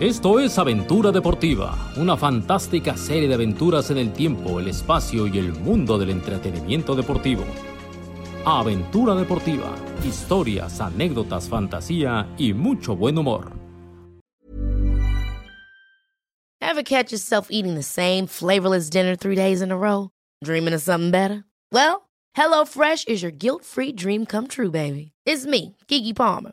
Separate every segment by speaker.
Speaker 1: Esto es Aventura Deportiva, una fantástica serie de aventuras en el tiempo, el espacio y el mundo del entretenimiento deportivo. Aventura Deportiva, historias, anécdotas, fantasía y mucho buen humor.
Speaker 2: Ever catch yourself eating the same flavorless dinner three days in a row? Dreaming of something better? Well, HelloFresh is your guilt-free dream come true, baby. It's me, Kiki Palmer.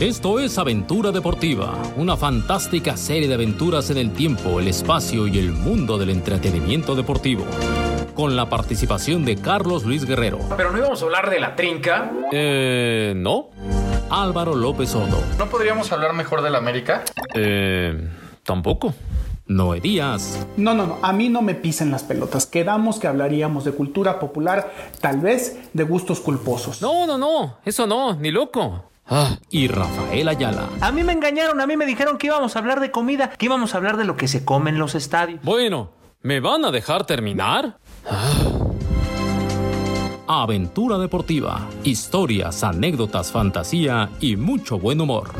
Speaker 1: Esto es Aventura Deportiva, una fantástica serie de aventuras en el tiempo, el espacio y el mundo del entretenimiento deportivo. Con la participación de Carlos Luis Guerrero,
Speaker 3: Pero no íbamos a hablar de la trinca.
Speaker 4: Eh, no.
Speaker 1: Álvaro López Odo,
Speaker 3: ¿No podríamos hablar mejor de la América?
Speaker 4: Eh, tampoco.
Speaker 1: Noé Díaz,
Speaker 5: No, no, no, a mí no me pisen las pelotas. Quedamos que hablaríamos de cultura popular, tal vez de gustos culposos.
Speaker 4: No, no, no. Eso no, ni loco. Ah,
Speaker 1: y Rafael Ayala.
Speaker 6: A mí me engañaron, a mí me dijeron que íbamos a hablar de comida, que íbamos a hablar de lo que se come en los estadios.
Speaker 4: bueno, ¿me van a dejar terminar?
Speaker 1: Ah. Aventura Deportiva, historias, anécdotas, fantasía y mucho buen humor.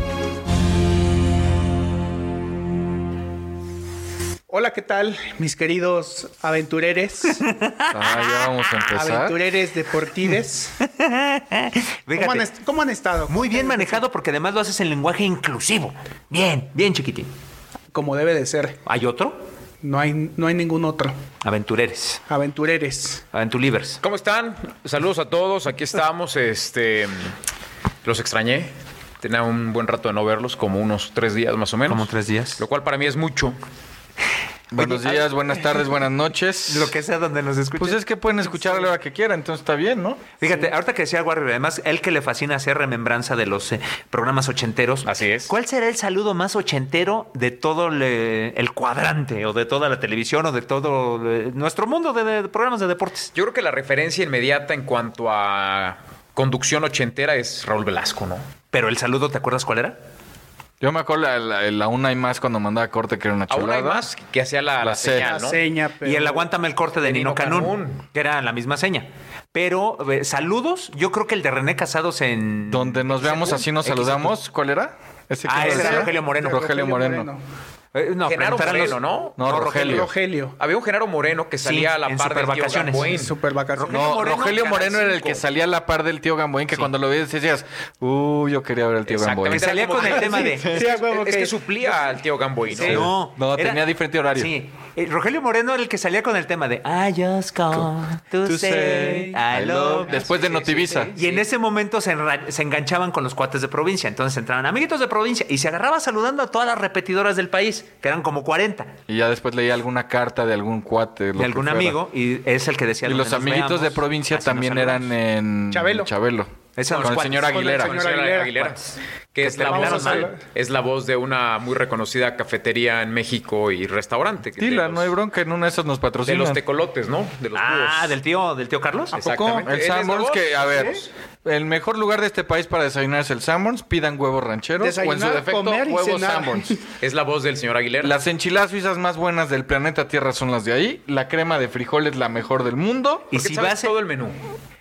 Speaker 5: Hola, ¿qué tal, mis queridos aventureres?
Speaker 3: Ah, ya vamos a empezar.
Speaker 5: aventureres deportives. ¿Cómo han,
Speaker 6: Fíjate,
Speaker 5: est- cómo han estado?
Speaker 6: muy bien manejado porque además lo haces en lenguaje inclusivo. Bien, bien chiquitín.
Speaker 5: Como debe de ser.
Speaker 6: ¿Hay otro?
Speaker 5: No hay, no hay ningún otro.
Speaker 6: Aventureres,
Speaker 5: Aventureres.
Speaker 6: aventulivers.
Speaker 7: ¿Cómo están? Saludos a todos. Aquí estamos. Este, los extrañé. Tenía un buen rato de no verlos, como unos tres días más o menos.
Speaker 6: Como tres días.
Speaker 7: Lo cual para mí es mucho.
Speaker 3: Buenos días, buenas tardes, buenas noches.
Speaker 6: Lo que sea donde nos escuchen.
Speaker 3: Pues es que pueden escuchar a la hora que quieran, entonces está bien, ¿no?
Speaker 6: Fíjate, ahorita que decía Warrior, además, él que le fascina hacer remembranza de los eh, programas ochenteros.
Speaker 7: Así es.
Speaker 6: ¿Cuál será el saludo más ochentero de todo le- el cuadrante o de toda la televisión o de todo eh, nuestro mundo de, de programas de deportes?
Speaker 7: Yo creo que la referencia inmediata en cuanto a conducción ochentera es Raúl Velasco, ¿no?
Speaker 6: Pero el saludo, ¿te acuerdas cuál era?
Speaker 3: Yo me acuerdo la, la- la una y más cuando mandaba corte que era una chulada.
Speaker 7: Aún hay más que hacía la,
Speaker 3: La
Speaker 7: la
Speaker 3: seña.
Speaker 7: señal, ¿no?
Speaker 5: Seña, pero-
Speaker 6: Y el aguántame el corte de, Nino Canún, que era la misma seña. Pero eh, saludos, yo creo que el de René Casados en...
Speaker 3: Donde nos veamos así nos saludamos. ¿cuál era? Ese
Speaker 6: Ah,
Speaker 3: que
Speaker 6: ese
Speaker 3: nos
Speaker 6: era
Speaker 3: decía.
Speaker 6: Rogelio Moreno.
Speaker 3: Rogelio Moreno.
Speaker 6: Eh, no,
Speaker 7: Genaro
Speaker 6: pero eran los-
Speaker 7: Moreno, ¿no?
Speaker 3: No, Rogelio.
Speaker 5: Rogelio.
Speaker 7: Había un Genaro Moreno que
Speaker 6: Sí,
Speaker 7: salía a la
Speaker 6: en
Speaker 7: par de
Speaker 6: Supervacaciones.
Speaker 5: Super vacaciones.
Speaker 3: No,
Speaker 6: Moreno,
Speaker 3: Rogelio
Speaker 6: Canal
Speaker 3: Moreno era el
Speaker 6: cinco.
Speaker 3: que salía a la par del tío Gamboín, que cuando lo veías decías, uh, yo quería ver al tío Gamboín.
Speaker 6: Que salía con el tema de...
Speaker 5: Sí, a huevo
Speaker 7: Es
Speaker 5: que-
Speaker 7: que suplía al tío Gamboy, ¿no?
Speaker 6: No,
Speaker 3: No, tenía diferente horario.
Speaker 6: Sí. Eh, Rogelio Moreno era el que salía con el tema de I just come to say I love. you".
Speaker 3: Después de Notivisa.
Speaker 6: Y en ese momento se, enra- se enganchaban con los cuates de provincia. Entonces entraban amiguitos de provincia y se agarraba saludando a todas las repetidoras del país, que eran como 40,
Speaker 3: Y ya después leía alguna carta de algún cuate. lo
Speaker 6: de
Speaker 3: que
Speaker 6: algún
Speaker 3: fuera.
Speaker 6: amigo. Y es el que decía.
Speaker 3: Y
Speaker 6: "Donde
Speaker 3: los
Speaker 6: nos
Speaker 3: amiguitos
Speaker 6: veamos,
Speaker 3: de provincia
Speaker 6: así nos
Speaker 3: también
Speaker 6: saludamos".
Speaker 3: eran en
Speaker 5: Chabelo.
Speaker 3: Chabelo.
Speaker 6: Esos
Speaker 3: Con el
Speaker 6: cuates.
Speaker 3: señor
Speaker 6: Con el
Speaker 3: Aguilera.
Speaker 7: Con el señor
Speaker 5: Aguilera.
Speaker 7: Aguilera, que
Speaker 6: Que
Speaker 7: es
Speaker 6: te
Speaker 7: la,
Speaker 6: hablaron
Speaker 7: voz,
Speaker 6: mal.
Speaker 7: es la voz de una muy reconocida cafetería en México y restaurante. que
Speaker 3: Tila,
Speaker 7: de los-
Speaker 3: no hay bronca, en una de esas nos
Speaker 7: De
Speaker 3: patrocinan.
Speaker 7: los tecolotes, ¿no? De los
Speaker 6: Ah,
Speaker 7: búhos.
Speaker 6: del tío, del tío Carlos.
Speaker 7: Exactamente.
Speaker 3: El
Speaker 7: Él es la
Speaker 3: Sanborns
Speaker 7: voz,
Speaker 3: que, a
Speaker 7: ¿sí?
Speaker 3: ver, el mejor lugar de este país para desayunar es el Sanborns. Pidan huevos rancheros o en
Speaker 5: Desayunar,
Speaker 3: su defecto
Speaker 5: comer y
Speaker 3: huevos
Speaker 5: cenar.
Speaker 3: Sanborns.
Speaker 7: Es la voz del señor Aguilera.
Speaker 3: Las enchiladas suizas más buenas del planeta Tierra son las de ahí. La crema de frijol es la mejor del mundo.
Speaker 6: Y
Speaker 7: ¿Por qué
Speaker 6: si
Speaker 7: sabes
Speaker 6: vas en-
Speaker 7: todo el menú.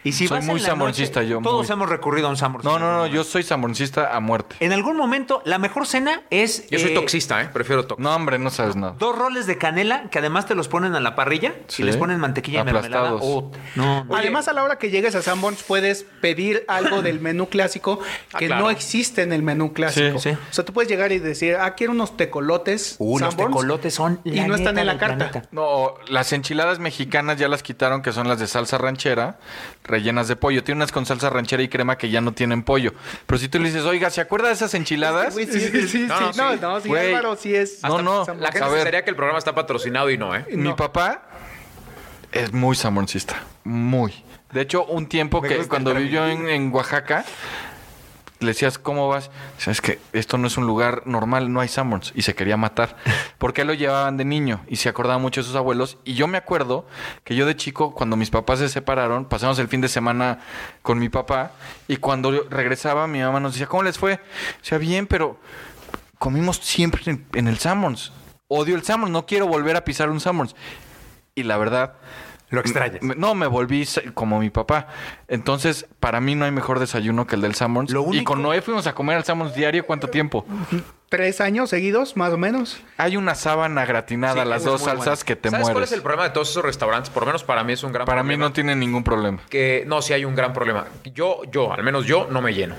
Speaker 6: Y si
Speaker 3: Soy
Speaker 6: vas
Speaker 3: muy
Speaker 6: en la
Speaker 3: samborcista
Speaker 6: noche,
Speaker 3: yo,
Speaker 6: Todos
Speaker 3: muy.
Speaker 6: hemos recurrido a un samborcista.
Speaker 3: No, no, no, yo soy sanborncista a muerte.
Speaker 6: En algún momento, la mejor cena es.
Speaker 7: Yo soy
Speaker 6: eh,
Speaker 7: toxista, ¿eh? Prefiero tox.
Speaker 3: No, hombre, no sabes nada.
Speaker 6: Dos roles de canela que además te los ponen a la parrilla
Speaker 3: Sí.
Speaker 6: y les ponen mantequilla y mermelada.
Speaker 3: Aplastados.
Speaker 6: Oh, no, no.
Speaker 5: Además, a la hora que llegues a Sanborns, puedes pedir algo del menú clásico
Speaker 7: Ah,
Speaker 5: que
Speaker 7: claro.
Speaker 5: no existe en el menú clásico.
Speaker 6: Sí, sí.
Speaker 5: O sea, tú puedes llegar y decir, ah, quiero unos tecolotes.
Speaker 6: Uh, los
Speaker 5: Sanborns,
Speaker 6: tecolotes son
Speaker 5: Y
Speaker 6: la
Speaker 5: no están
Speaker 6: neta
Speaker 5: en la
Speaker 6: del
Speaker 5: carta.
Speaker 6: planeta.
Speaker 3: No, las enchiladas mexicanas ya las quitaron, que son las de salsa ranchera, rellenas de pollo. Tiene unas con salsa ranchera y crema que ya no tienen pollo. Pero si tú le dices, oiga, ¿se acuerda de esas enchiladas?
Speaker 5: Güey, sí, sí, sí.
Speaker 7: No,
Speaker 5: No,
Speaker 7: no,
Speaker 5: no,
Speaker 7: sí.
Speaker 5: sí,
Speaker 3: Güey.
Speaker 5: Álvaro, sí es.
Speaker 3: No, no,
Speaker 5: Sanborns.
Speaker 7: La gente
Speaker 3: A ver.
Speaker 7: pensaría que el programa está patrocinado y no, ¿eh?
Speaker 3: Mi papá es muy samorcista, muy. De hecho, un tiempo que cuando vivió en, en Oaxaca, le decías, ¿cómo vas? Sabes que esto no es un lugar normal, no hay Sanborns. Y se quería matar. porque a él lo llevaban de niño y se acordaba mucho de sus abuelos. Y yo me acuerdo que yo de chico, cuando mis papás se separaron, pasamos el fin de semana con mi papá y cuando yo regresaba mi mamá nos decía, ¿cómo les fue? O sea, bien, pero comimos siempre en, en el Sammons. Odio el Sammons, no quiero volver a pisar un Sammons. Y la verdad...
Speaker 6: Lo extrañas.
Speaker 3: me- No, me volví sa- como mi papá. Entonces, para mí no hay mejor desayuno que el del Sammons.
Speaker 8: Lo
Speaker 3: Y
Speaker 8: único-
Speaker 3: con Noé fuimos a comer al Sammons diario, ¿cuánto tiempo?
Speaker 8: Tres años seguidos, más o menos.
Speaker 3: Hay una sábana gratinada,
Speaker 7: Sí,
Speaker 3: las
Speaker 7: es
Speaker 3: dos
Speaker 7: muy
Speaker 3: salsas
Speaker 7: bueno.
Speaker 3: que te
Speaker 7: ¿Sabes
Speaker 3: mueres.
Speaker 7: cuál es el problema de todos esos restaurantes? Por lo menos para mí es un gran
Speaker 3: Para mí
Speaker 7: problema.
Speaker 3: no tiene ningún problema.
Speaker 7: que no, sí hay un gran problema. Yo, yo, al menos yo, no me lleno.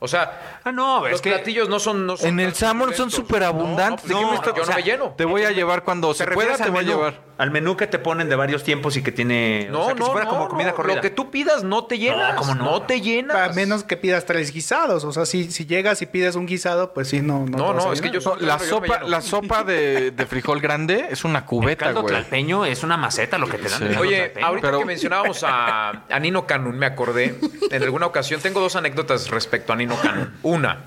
Speaker 7: O sea,
Speaker 6: Ah, no, es
Speaker 7: los
Speaker 6: que-
Speaker 7: platillos no son, no son
Speaker 3: En el
Speaker 7: tan
Speaker 3: Samón son
Speaker 7: suculentos.
Speaker 3: superabundantes.
Speaker 7: No,
Speaker 3: ¿De qué
Speaker 7: no,
Speaker 3: me estás-
Speaker 7: yo
Speaker 3: o sea,
Speaker 7: no me lleno.
Speaker 3: Te voy a llevar cuando se pueda,
Speaker 6: refieres
Speaker 3: te
Speaker 6: al
Speaker 3: voy a
Speaker 6: menú?
Speaker 3: llevar.
Speaker 6: Al menú que te ponen de varios tiempos y que tiene.
Speaker 7: No,
Speaker 6: o sea, que
Speaker 7: no,
Speaker 6: si fuera
Speaker 7: no,
Speaker 6: como
Speaker 7: no,
Speaker 6: comida corrida.
Speaker 7: Lo que tú pidas no te llenas.
Speaker 6: No, ¿cómo no?
Speaker 7: te llenas.
Speaker 8: A menos que pidas tres guisados. O sea, si, si llegas y pides un guisado, pues sí, no.
Speaker 7: No,
Speaker 8: te vas
Speaker 7: no,
Speaker 8: a
Speaker 7: es que
Speaker 8: llenar.
Speaker 7: yo
Speaker 3: No,
Speaker 7: soy
Speaker 3: la
Speaker 7: claro, yo me
Speaker 3: sopa,
Speaker 7: lleno.
Speaker 3: la sopa de, de frijol grande es una
Speaker 6: El
Speaker 3: cubeta,
Speaker 6: caldo
Speaker 3: güey.
Speaker 6: tlalpeño es una maceta lo que te dan.
Speaker 3: Sí.
Speaker 6: de caldo
Speaker 7: Oye,
Speaker 6: tlalpeño.
Speaker 7: ahorita
Speaker 3: pero-
Speaker 7: que mencionábamos a, a Nino Canun, me acordé. En alguna ocasión tengo dos anécdotas respecto a Nino Canun. Una,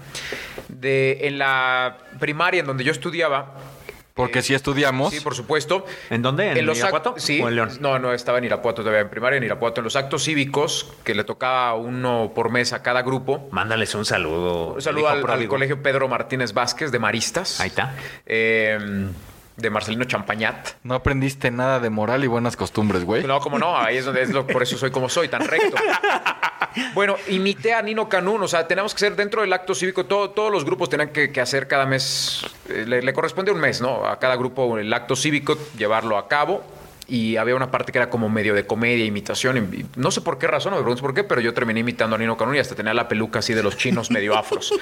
Speaker 7: de en la primaria en donde yo estudiaba.
Speaker 3: Porque si estudiamos.
Speaker 7: Sí, por supuesto.
Speaker 6: ¿En dónde? ¿En,
Speaker 7: los act-
Speaker 6: Irapuato?
Speaker 7: Sí.
Speaker 6: ¿O en León?
Speaker 7: No, no, estaba en Irapuato todavía, en primaria en Irapuato. En los actos cívicos, que le tocaba uno por mes a cada grupo.
Speaker 6: Mándales un saludo.
Speaker 7: Un saludo
Speaker 6: hijo
Speaker 7: al- al,
Speaker 6: pródigo.
Speaker 7: colegio Pedro Martínez Vázquez de Maristas.
Speaker 6: Ahí está.
Speaker 7: Eh, de Marcelino Champañat.
Speaker 3: No aprendiste nada de moral y buenas costumbres, güey.
Speaker 7: No, como no, ahí es donde es lo, por eso soy como soy, tan recto. Bueno, imité a Nino Canún, o sea, tenemos que ser dentro del acto cívico, todo- todos los grupos tenían que, que hacer cada mes, eh, le, le corresponde un mes, ¿no? A cada grupo el acto cívico, llevarlo a cabo. Y había una parte que era como medio de comedia, imitación. y- y No sé por qué razón, no me preguntes por qué, pero yo terminé imitando a Nino Canún y hasta tenía la peluca así de los chinos medio afros.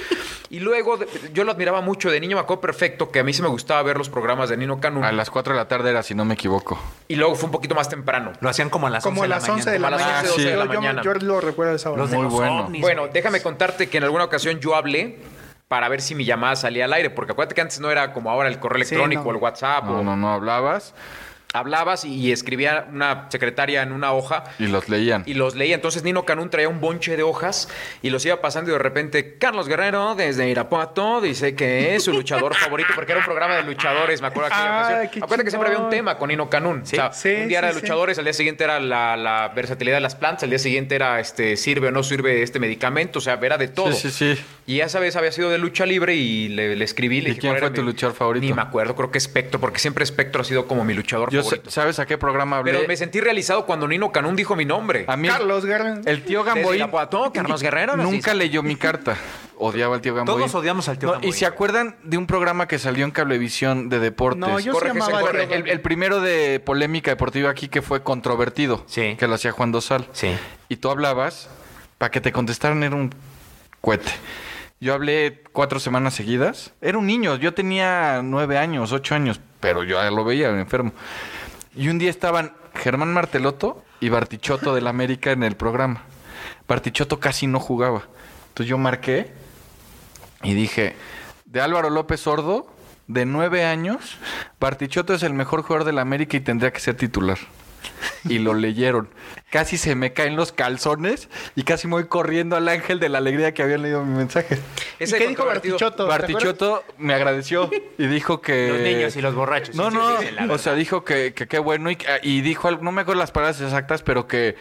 Speaker 7: Y luego de- yo lo admiraba mucho de niño, me acuerdo perfecto que a mí se me gustaba ver los programas de Nino Canún.
Speaker 3: A las 4 de la tarde era, si no me equivoco.
Speaker 7: Y luego fue un poquito más temprano.
Speaker 6: Lo hacían como a las
Speaker 8: Como a
Speaker 6: 11
Speaker 8: las 11 de
Speaker 7: como
Speaker 8: la
Speaker 7: a las
Speaker 8: mañana.
Speaker 7: 11, 12 de la
Speaker 8: Yo- yo-
Speaker 7: mañana.
Speaker 8: Yo lo recuerdo esa hora.
Speaker 6: Los de
Speaker 3: Muy
Speaker 6: los
Speaker 3: bueno.
Speaker 6: ovnis,
Speaker 7: Bueno,
Speaker 6: güey.
Speaker 7: déjame contarte que en alguna ocasión yo hablé para ver si mi llamada salía al aire, porque acuérdate que antes no era como ahora el correo
Speaker 8: Sí,
Speaker 7: electrónico,
Speaker 8: no.
Speaker 7: el WhatsApp,
Speaker 3: No,
Speaker 7: o
Speaker 3: no, no hablabas
Speaker 7: hablabas y, y escribía una secretaria en una hoja
Speaker 3: y los leían.
Speaker 7: y los leía. Entonces Nino Canún traía un bonche de hojas y los iba pasando y de repente Carlos Guerrero desde Irapuato dice que es su luchador favorito porque era un programa de luchadores, me acuerdo aquella
Speaker 8: Ah,
Speaker 7: ocasión.
Speaker 8: qué
Speaker 7: Acuérdate que siempre había un
Speaker 8: chingón.
Speaker 7: tema con Nino Canún.
Speaker 6: Sí,
Speaker 7: O sea,
Speaker 8: sí,
Speaker 7: un día era
Speaker 8: sí, sí.
Speaker 7: luchadores, al día siguiente era la, la versatilidad de las plantas, al día siguiente era este sirve o no sirve este medicamento, o sea, era de todo.
Speaker 3: Sí, sí, sí.
Speaker 7: Y ya sabes, había sido de lucha libre y le, le escribí. Le
Speaker 3: ¿Y
Speaker 7: dije,
Speaker 3: quién
Speaker 7: ¿cuál
Speaker 3: fue
Speaker 7: era
Speaker 3: tu luchador favorito?
Speaker 7: Ni me acuerdo, creo que Espectro, porque siempre Espectro ha sido como mi luchador
Speaker 3: Yo sé-
Speaker 7: favorito.
Speaker 3: ¿Sabes a qué programa hablé?
Speaker 7: Pero me sentí realizado cuando Nino Canún dijo mi nombre.
Speaker 3: a mí,
Speaker 8: Carlos Guerra.
Speaker 3: el tío
Speaker 7: Desde
Speaker 3: Gamboín
Speaker 7: Irapuato, Carlos Guerrero. nos
Speaker 3: Nunca
Speaker 7: dice.
Speaker 3: leyó mi carta. Odiaba al tío Gamboín.
Speaker 6: Todos odiamos al tío
Speaker 3: No,
Speaker 6: Gamboín.
Speaker 3: ¿Y se acuerdan de un programa que salió en Cablevisión de deportes?
Speaker 8: No, yo sí
Speaker 7: Corre que se
Speaker 8: llamaba
Speaker 7: corre.
Speaker 8: Diego.
Speaker 3: El, el primero de polémica deportiva aquí que fue controvertido.
Speaker 6: Sí.
Speaker 3: Que lo hacía Juan Dosal.
Speaker 6: Sí.
Speaker 3: Y tú hablabas, para que te contestaran era un cohete. Yo hablé cuatro semanas seguidas. Era un niño, yo tenía nueve años, ocho años, pero yo ya lo veía enfermo. Y un día estaban Germán Marteloto y Bartichotto del América en el programa. Bartichotto casi no jugaba. Entonces yo marqué y dije, de Álvaro López Sordo, de nueve años, Bartichotto es el mejor jugador del América y tendría que ser titular. Y lo leyeron. Casi se me caen los calzones y casi me voy corriendo al ángel de la alegría que habían leído mi mensaje.
Speaker 8: ¿Y
Speaker 7: Ese
Speaker 8: qué dijo
Speaker 7: controvertido-
Speaker 8: Bartichotto? ¿Te acuerdas?
Speaker 3: Bartichotto me agradeció y dijo que...
Speaker 6: Los niños y los borrachos.
Speaker 3: No,
Speaker 6: Sí,
Speaker 3: no,
Speaker 6: sí, sí, la
Speaker 3: o
Speaker 6: verdad.
Speaker 3: sea, dijo que que qué bueno y, y dijo algo, no me acuerdo las palabras exactas, pero que...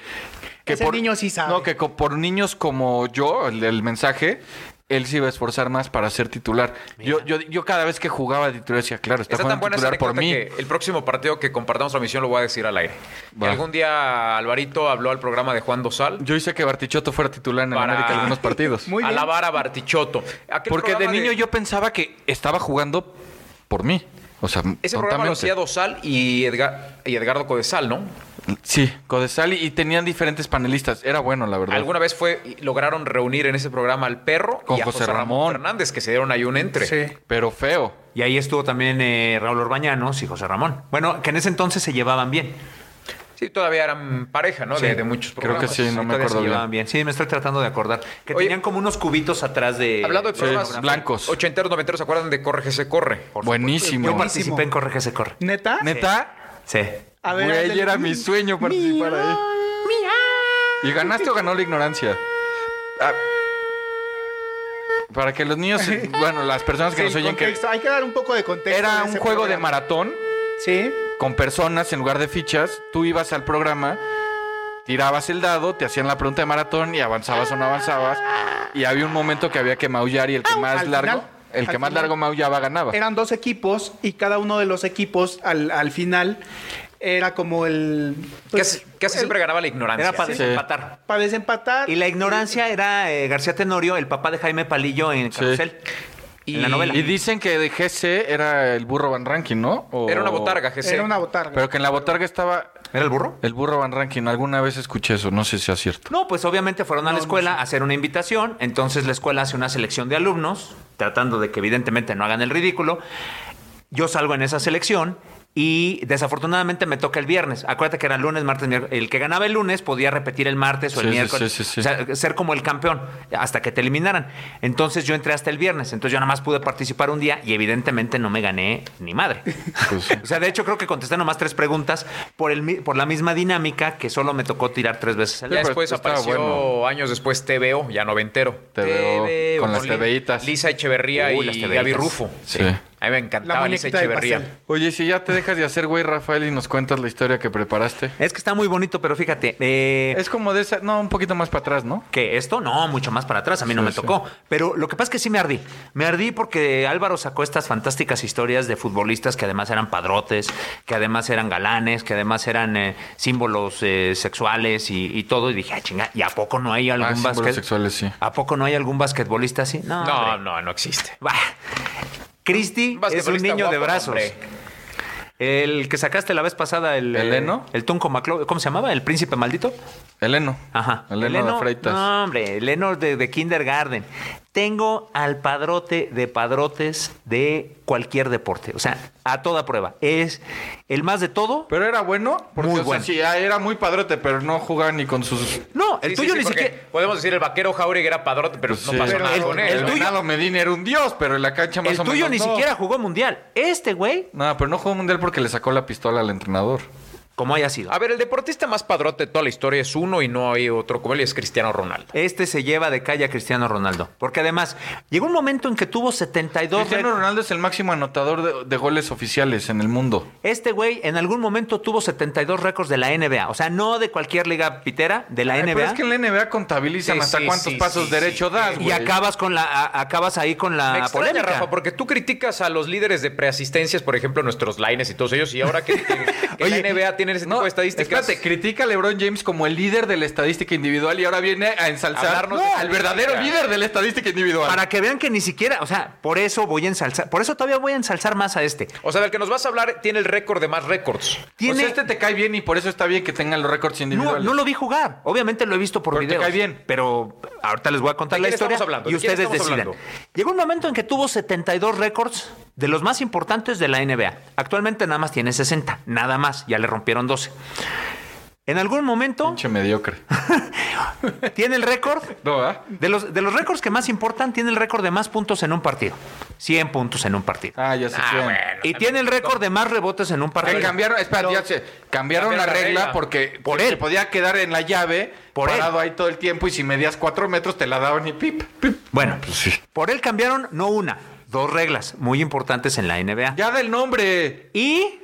Speaker 3: que
Speaker 8: Ese niño sí sabe.
Speaker 3: No, que co- por niños como yo, el, el mensaje, él se iba a esforzar más para ser titular. Yo, yo, yo cada vez que jugaba de titular decía, claro, está,
Speaker 7: Está tan buena
Speaker 3: jugando
Speaker 7: esa
Speaker 3: titular por
Speaker 7: anécdota
Speaker 3: mí.
Speaker 7: que el próximo partido que compartamos la misión lo voy a decir al aire. Que
Speaker 3: Va.
Speaker 7: algún día Alvarito habló al programa de Juan Dosal
Speaker 3: Yo hice que Bartichotto fuera titular en el
Speaker 7: Para-
Speaker 3: América en algunos partidos.
Speaker 8: Muy bien.
Speaker 7: alabar a Bartichotto. Aquel
Speaker 3: Porque de
Speaker 7: programa
Speaker 3: niño yo pensaba que estaba jugando por mí. O sea,
Speaker 7: Ese programa lo hacía Dosal y, Edgar, y Edgardo Codesal, ¿no?
Speaker 3: Sí, Codesal y, y tenían diferentes panelistas. Era bueno, la verdad.
Speaker 7: Alguna vez fue lograron reunir en ese programa al perro
Speaker 3: Con
Speaker 7: y a
Speaker 3: José
Speaker 7: José, Ramón
Speaker 3: Ramón.
Speaker 7: Hernández, que se dieron ahí un entre.
Speaker 8: Sí.
Speaker 3: Pero feo.
Speaker 6: Y ahí estuvo también eh, Raúl Orbañanos y José Ramón. Bueno, que en ese entonces se llevaban bien.
Speaker 7: Sí, todavía eran pareja, ¿no? De, de muchos
Speaker 3: Creo que
Speaker 7: programas.
Speaker 3: sí, no
Speaker 7: Todavía
Speaker 3: me acuerdo
Speaker 7: se
Speaker 3: bien.
Speaker 7: llevaban.
Speaker 6: Llevaban bien. Sí, me estoy tratando de acordar. Que
Speaker 7: Oye,
Speaker 6: tenían como unos cubitos atrás de.
Speaker 7: Hablando de
Speaker 3: Sí,
Speaker 7: programas
Speaker 3: blancos.
Speaker 7: ochenteros, noventeros, ¿se acuerdan de Corre que se corre?
Speaker 3: Buenísimo.
Speaker 6: Yo participé en Corre que se corre.
Speaker 8: ¿Neta?
Speaker 3: ¿Neta?
Speaker 6: Sí.
Speaker 8: A ver,
Speaker 3: Güey,
Speaker 8: ándale.
Speaker 3: era mi sueño participar ahí. ¿Y ganaste o ganó la ignorancia? Ah. para que los niños, bueno, las personas que
Speaker 8: Sí,
Speaker 3: nos oyen, que
Speaker 8: contexto. Hay que dar un poco de contexto.
Speaker 3: era
Speaker 8: de
Speaker 3: un
Speaker 8: ese
Speaker 3: juego de
Speaker 8: programa.
Speaker 3: maratón
Speaker 8: Sí.
Speaker 3: con personas en lugar de fichas. Tú ibas al programa, tirabas el dado, te hacían la pregunta de maratón y avanzabas o no avanzabas. Y había un momento que había que maullar y el que más
Speaker 8: Ah, Al
Speaker 3: largo,
Speaker 8: final,
Speaker 3: el que
Speaker 8: al
Speaker 3: más
Speaker 8: final.
Speaker 3: largo maullaba ganaba.
Speaker 8: Eran dos equipos y cada uno de los equipos al, al final era como el.
Speaker 7: Que
Speaker 8: pues,
Speaker 7: casi, casi siempre ganaba la ignorancia.
Speaker 6: Era para
Speaker 3: Sí.
Speaker 6: desempatar.
Speaker 8: Para desempatar.
Speaker 6: Y la ignorancia era eh, García Tenorio, el papá de Jaime Palillo en
Speaker 3: Sí.
Speaker 6: Carrusel.
Speaker 7: Y-
Speaker 6: en la novela.
Speaker 3: Y dicen que de GC era el burro Van Ranking, ¿no? O-
Speaker 7: Era una botarga, GC.
Speaker 8: Era una botarga.
Speaker 3: Pero que en la botarga estaba
Speaker 6: ¿Era el burro?
Speaker 3: el burro Van Ranking. Alguna vez escuché eso, no sé si es cierto.
Speaker 6: No, pues obviamente fueron a la escuela a hacer una invitación, entonces la escuela hace una selección de alumnos, tratando de que evidentemente no hagan el ridículo. Yo salgo en esa selección y desafortunadamente me toca el viernes. Acuérdate que era lunes, martes, miércoles. El que ganaba el lunes podía repetir el martes o el
Speaker 3: Sí, sí,
Speaker 6: miércoles.
Speaker 3: sí, sí, sí.
Speaker 6: O sea, ser como el campeón hasta que te eliminaran. Entonces yo entré hasta el viernes, entonces yo nada más pude participar un día y evidentemente no me gané ni madre.
Speaker 3: Pues,
Speaker 6: O sea, de hecho creo que contesté nomás tres preguntas por, el, mi- por la misma dinámica que solo me tocó tirar tres veces el
Speaker 7: Ya
Speaker 3: Sí, pero
Speaker 7: después
Speaker 3: estaba
Speaker 7: apareció
Speaker 3: bueno.
Speaker 7: años después TVO, ya noventero.
Speaker 3: TVO, con las
Speaker 7: Li-
Speaker 3: TVitas.
Speaker 7: Lisa Echeverría
Speaker 6: Uy, las
Speaker 7: y
Speaker 6: TVitas.
Speaker 7: Gaby Rufo.
Speaker 3: Sí.
Speaker 7: A mí me
Speaker 8: La
Speaker 7: encantaba Lisa
Speaker 8: muñequita de
Speaker 7: Echeverría.
Speaker 8: pastel.
Speaker 3: Oye, si ya te dejas de hacer güey, Rafael, y nos cuentas la historia que preparaste.
Speaker 6: Es que está muy bonito, pero fíjate, eh,
Speaker 3: Es como de esa, no, un poquito más para atrás, ¿no?
Speaker 6: que esto no, mucho más para atrás, a mí no
Speaker 3: Sí,
Speaker 6: me
Speaker 3: sí.
Speaker 6: tocó. Pero lo que pasa es que sí me ardí. Me ardí porque Álvaro sacó estas fantásticas historias de futbolistas que además eran padrotes, que además eran galanes, que además eran eh, símbolos eh, sexuales y, y todo. Y dije, ah, chinga, ¿y a poco no hay algún
Speaker 3: Ah, símbolos
Speaker 6: basquet-
Speaker 3: sexuales, sí.
Speaker 6: ¿A poco no hay algún basquetbolista así? No,
Speaker 7: No,
Speaker 6: Ah, hombre.
Speaker 7: no, no existe.
Speaker 6: Bah. Cristi es un
Speaker 7: basquetbolista
Speaker 6: niño de
Speaker 7: guapo,
Speaker 6: brazos.
Speaker 7: hombre.
Speaker 6: El que sacaste la vez pasada, el.
Speaker 3: ¿El
Speaker 6: eh,
Speaker 3: Eno?
Speaker 6: El Tunco Maclo. ¿Cómo se llamaba? ¿El príncipe maldito?
Speaker 3: Eleno.
Speaker 6: Ajá.
Speaker 3: Eleno, de Freitas.
Speaker 6: No, hombre, Eleno de, de kindergarten. Tengo al padrote de padrotes de cualquier deporte. O sea, a toda prueba. Es el más de todo.
Speaker 3: Pero era bueno, porque
Speaker 6: Muy
Speaker 3: o sea,
Speaker 6: bueno.
Speaker 3: sí, ah, era muy padrote, pero no jugaba ni con sus.
Speaker 6: no,
Speaker 7: Sí,
Speaker 6: el
Speaker 7: sí,
Speaker 6: tuyo
Speaker 7: sí,
Speaker 6: ni
Speaker 7: porque
Speaker 6: siquiera.
Speaker 7: Podemos decir el vaquero Jauregui era padrote, pero
Speaker 3: Pues
Speaker 7: no
Speaker 3: sí.
Speaker 7: pasó
Speaker 3: Pero
Speaker 7: nada con él.
Speaker 3: El
Speaker 7: ¿no?
Speaker 3: Venado Medina era un dios, pero en la cancha más
Speaker 6: El
Speaker 3: o menos.
Speaker 6: tuyo ni
Speaker 3: no.
Speaker 6: siquiera jugó mundial. Este güey,
Speaker 3: No, pero no jugó mundial porque le sacó la pistola al entrenador.
Speaker 6: como haya sido.
Speaker 7: A ver, el deportista más padrote de toda la historia es uno y no hay otro como él y es Cristiano Ronaldo.
Speaker 6: Este se lleva de calle a Cristiano Ronaldo. Porque además, llegó un momento en que tuvo 72
Speaker 3: Cristiano
Speaker 6: re-
Speaker 3: Ronaldo es el máximo anotador de, de goles oficiales en el mundo.
Speaker 6: Este güey en algún momento tuvo 72 récords de la NBA. O sea, no de cualquier liga pitera, de la
Speaker 3: Ay,
Speaker 6: NBA.
Speaker 3: Pero es que en la NBA contabilizan
Speaker 7: Sí,
Speaker 3: hasta
Speaker 7: sí,
Speaker 3: cuántos
Speaker 7: sí,
Speaker 3: pasos
Speaker 7: sí,
Speaker 3: derecho
Speaker 7: sí.
Speaker 3: das,
Speaker 6: Y
Speaker 3: güey.
Speaker 6: acabas con la a- acabas ahí con la
Speaker 7: Me extraña,
Speaker 6: Ah, polémica.
Speaker 7: Rafa, porque tú criticas a los líderes de preasistencias, por ejemplo, nuestros lines y todos ellos, y ahora que, que- que
Speaker 3: Oye,
Speaker 7: la NBA tiene ese tipo
Speaker 3: No,
Speaker 7: de estadísticas.
Speaker 3: Espérate, critica a LeBron James como el líder de la estadística individual y ahora viene a ensalzar
Speaker 7: Hablarnos
Speaker 3: no,
Speaker 7: de
Speaker 3: al verdadero
Speaker 7: estadística.
Speaker 3: líder de la estadística individual.
Speaker 6: Para que vean que ni siquiera, o sea, por eso voy a ensalzar, por eso todavía voy a ensalzar más a este.
Speaker 7: O sea, del que nos vas a hablar tiene el récord de más récords.
Speaker 3: Tiene...
Speaker 6: Tiene
Speaker 3: este te cae bien y por eso está bien que tengan los récords
Speaker 6: no,
Speaker 3: individuales.
Speaker 6: no lo vi jugar. Obviamente lo he visto por
Speaker 3: Pero te
Speaker 6: videos.
Speaker 3: cae bien.
Speaker 6: Pero ahorita les voy a contar
Speaker 7: ¿De
Speaker 6: la
Speaker 7: quién
Speaker 6: historia
Speaker 7: estamos hablando?
Speaker 6: y
Speaker 7: ¿De quién
Speaker 6: ustedes
Speaker 7: estamos
Speaker 6: decidan.
Speaker 7: hablando?
Speaker 6: Llegó un momento en que tuvo 72 récords de los más importantes de la NBA. Actualmente nada más tiene 60, nada más, ya le rompieron 12. En algún momento
Speaker 3: Pinche mediocre.
Speaker 6: tiene el récord
Speaker 3: No, ¿verdad?
Speaker 6: de los de los récords que más importan, tiene el récord de más puntos en un partido. 100 puntos en un partido.
Speaker 3: Ah, ya se
Speaker 7: Ah,
Speaker 3: fían.
Speaker 7: bueno.
Speaker 6: Y tiene el récord de más rebotes en un
Speaker 3: Que
Speaker 6: partido.
Speaker 3: cambiaron, espérate, ya se, cambiaron la regla, porque
Speaker 6: Por
Speaker 3: se
Speaker 6: él.
Speaker 3: podía quedar en la llave
Speaker 6: Por él.
Speaker 3: parado ahí todo el tiempo y si medías cuatro metros te la daban y pip, pip.
Speaker 6: Bueno, por él cambiaron no una, dos reglas muy importantes en la NBA.
Speaker 3: Ya del nombre.
Speaker 6: Y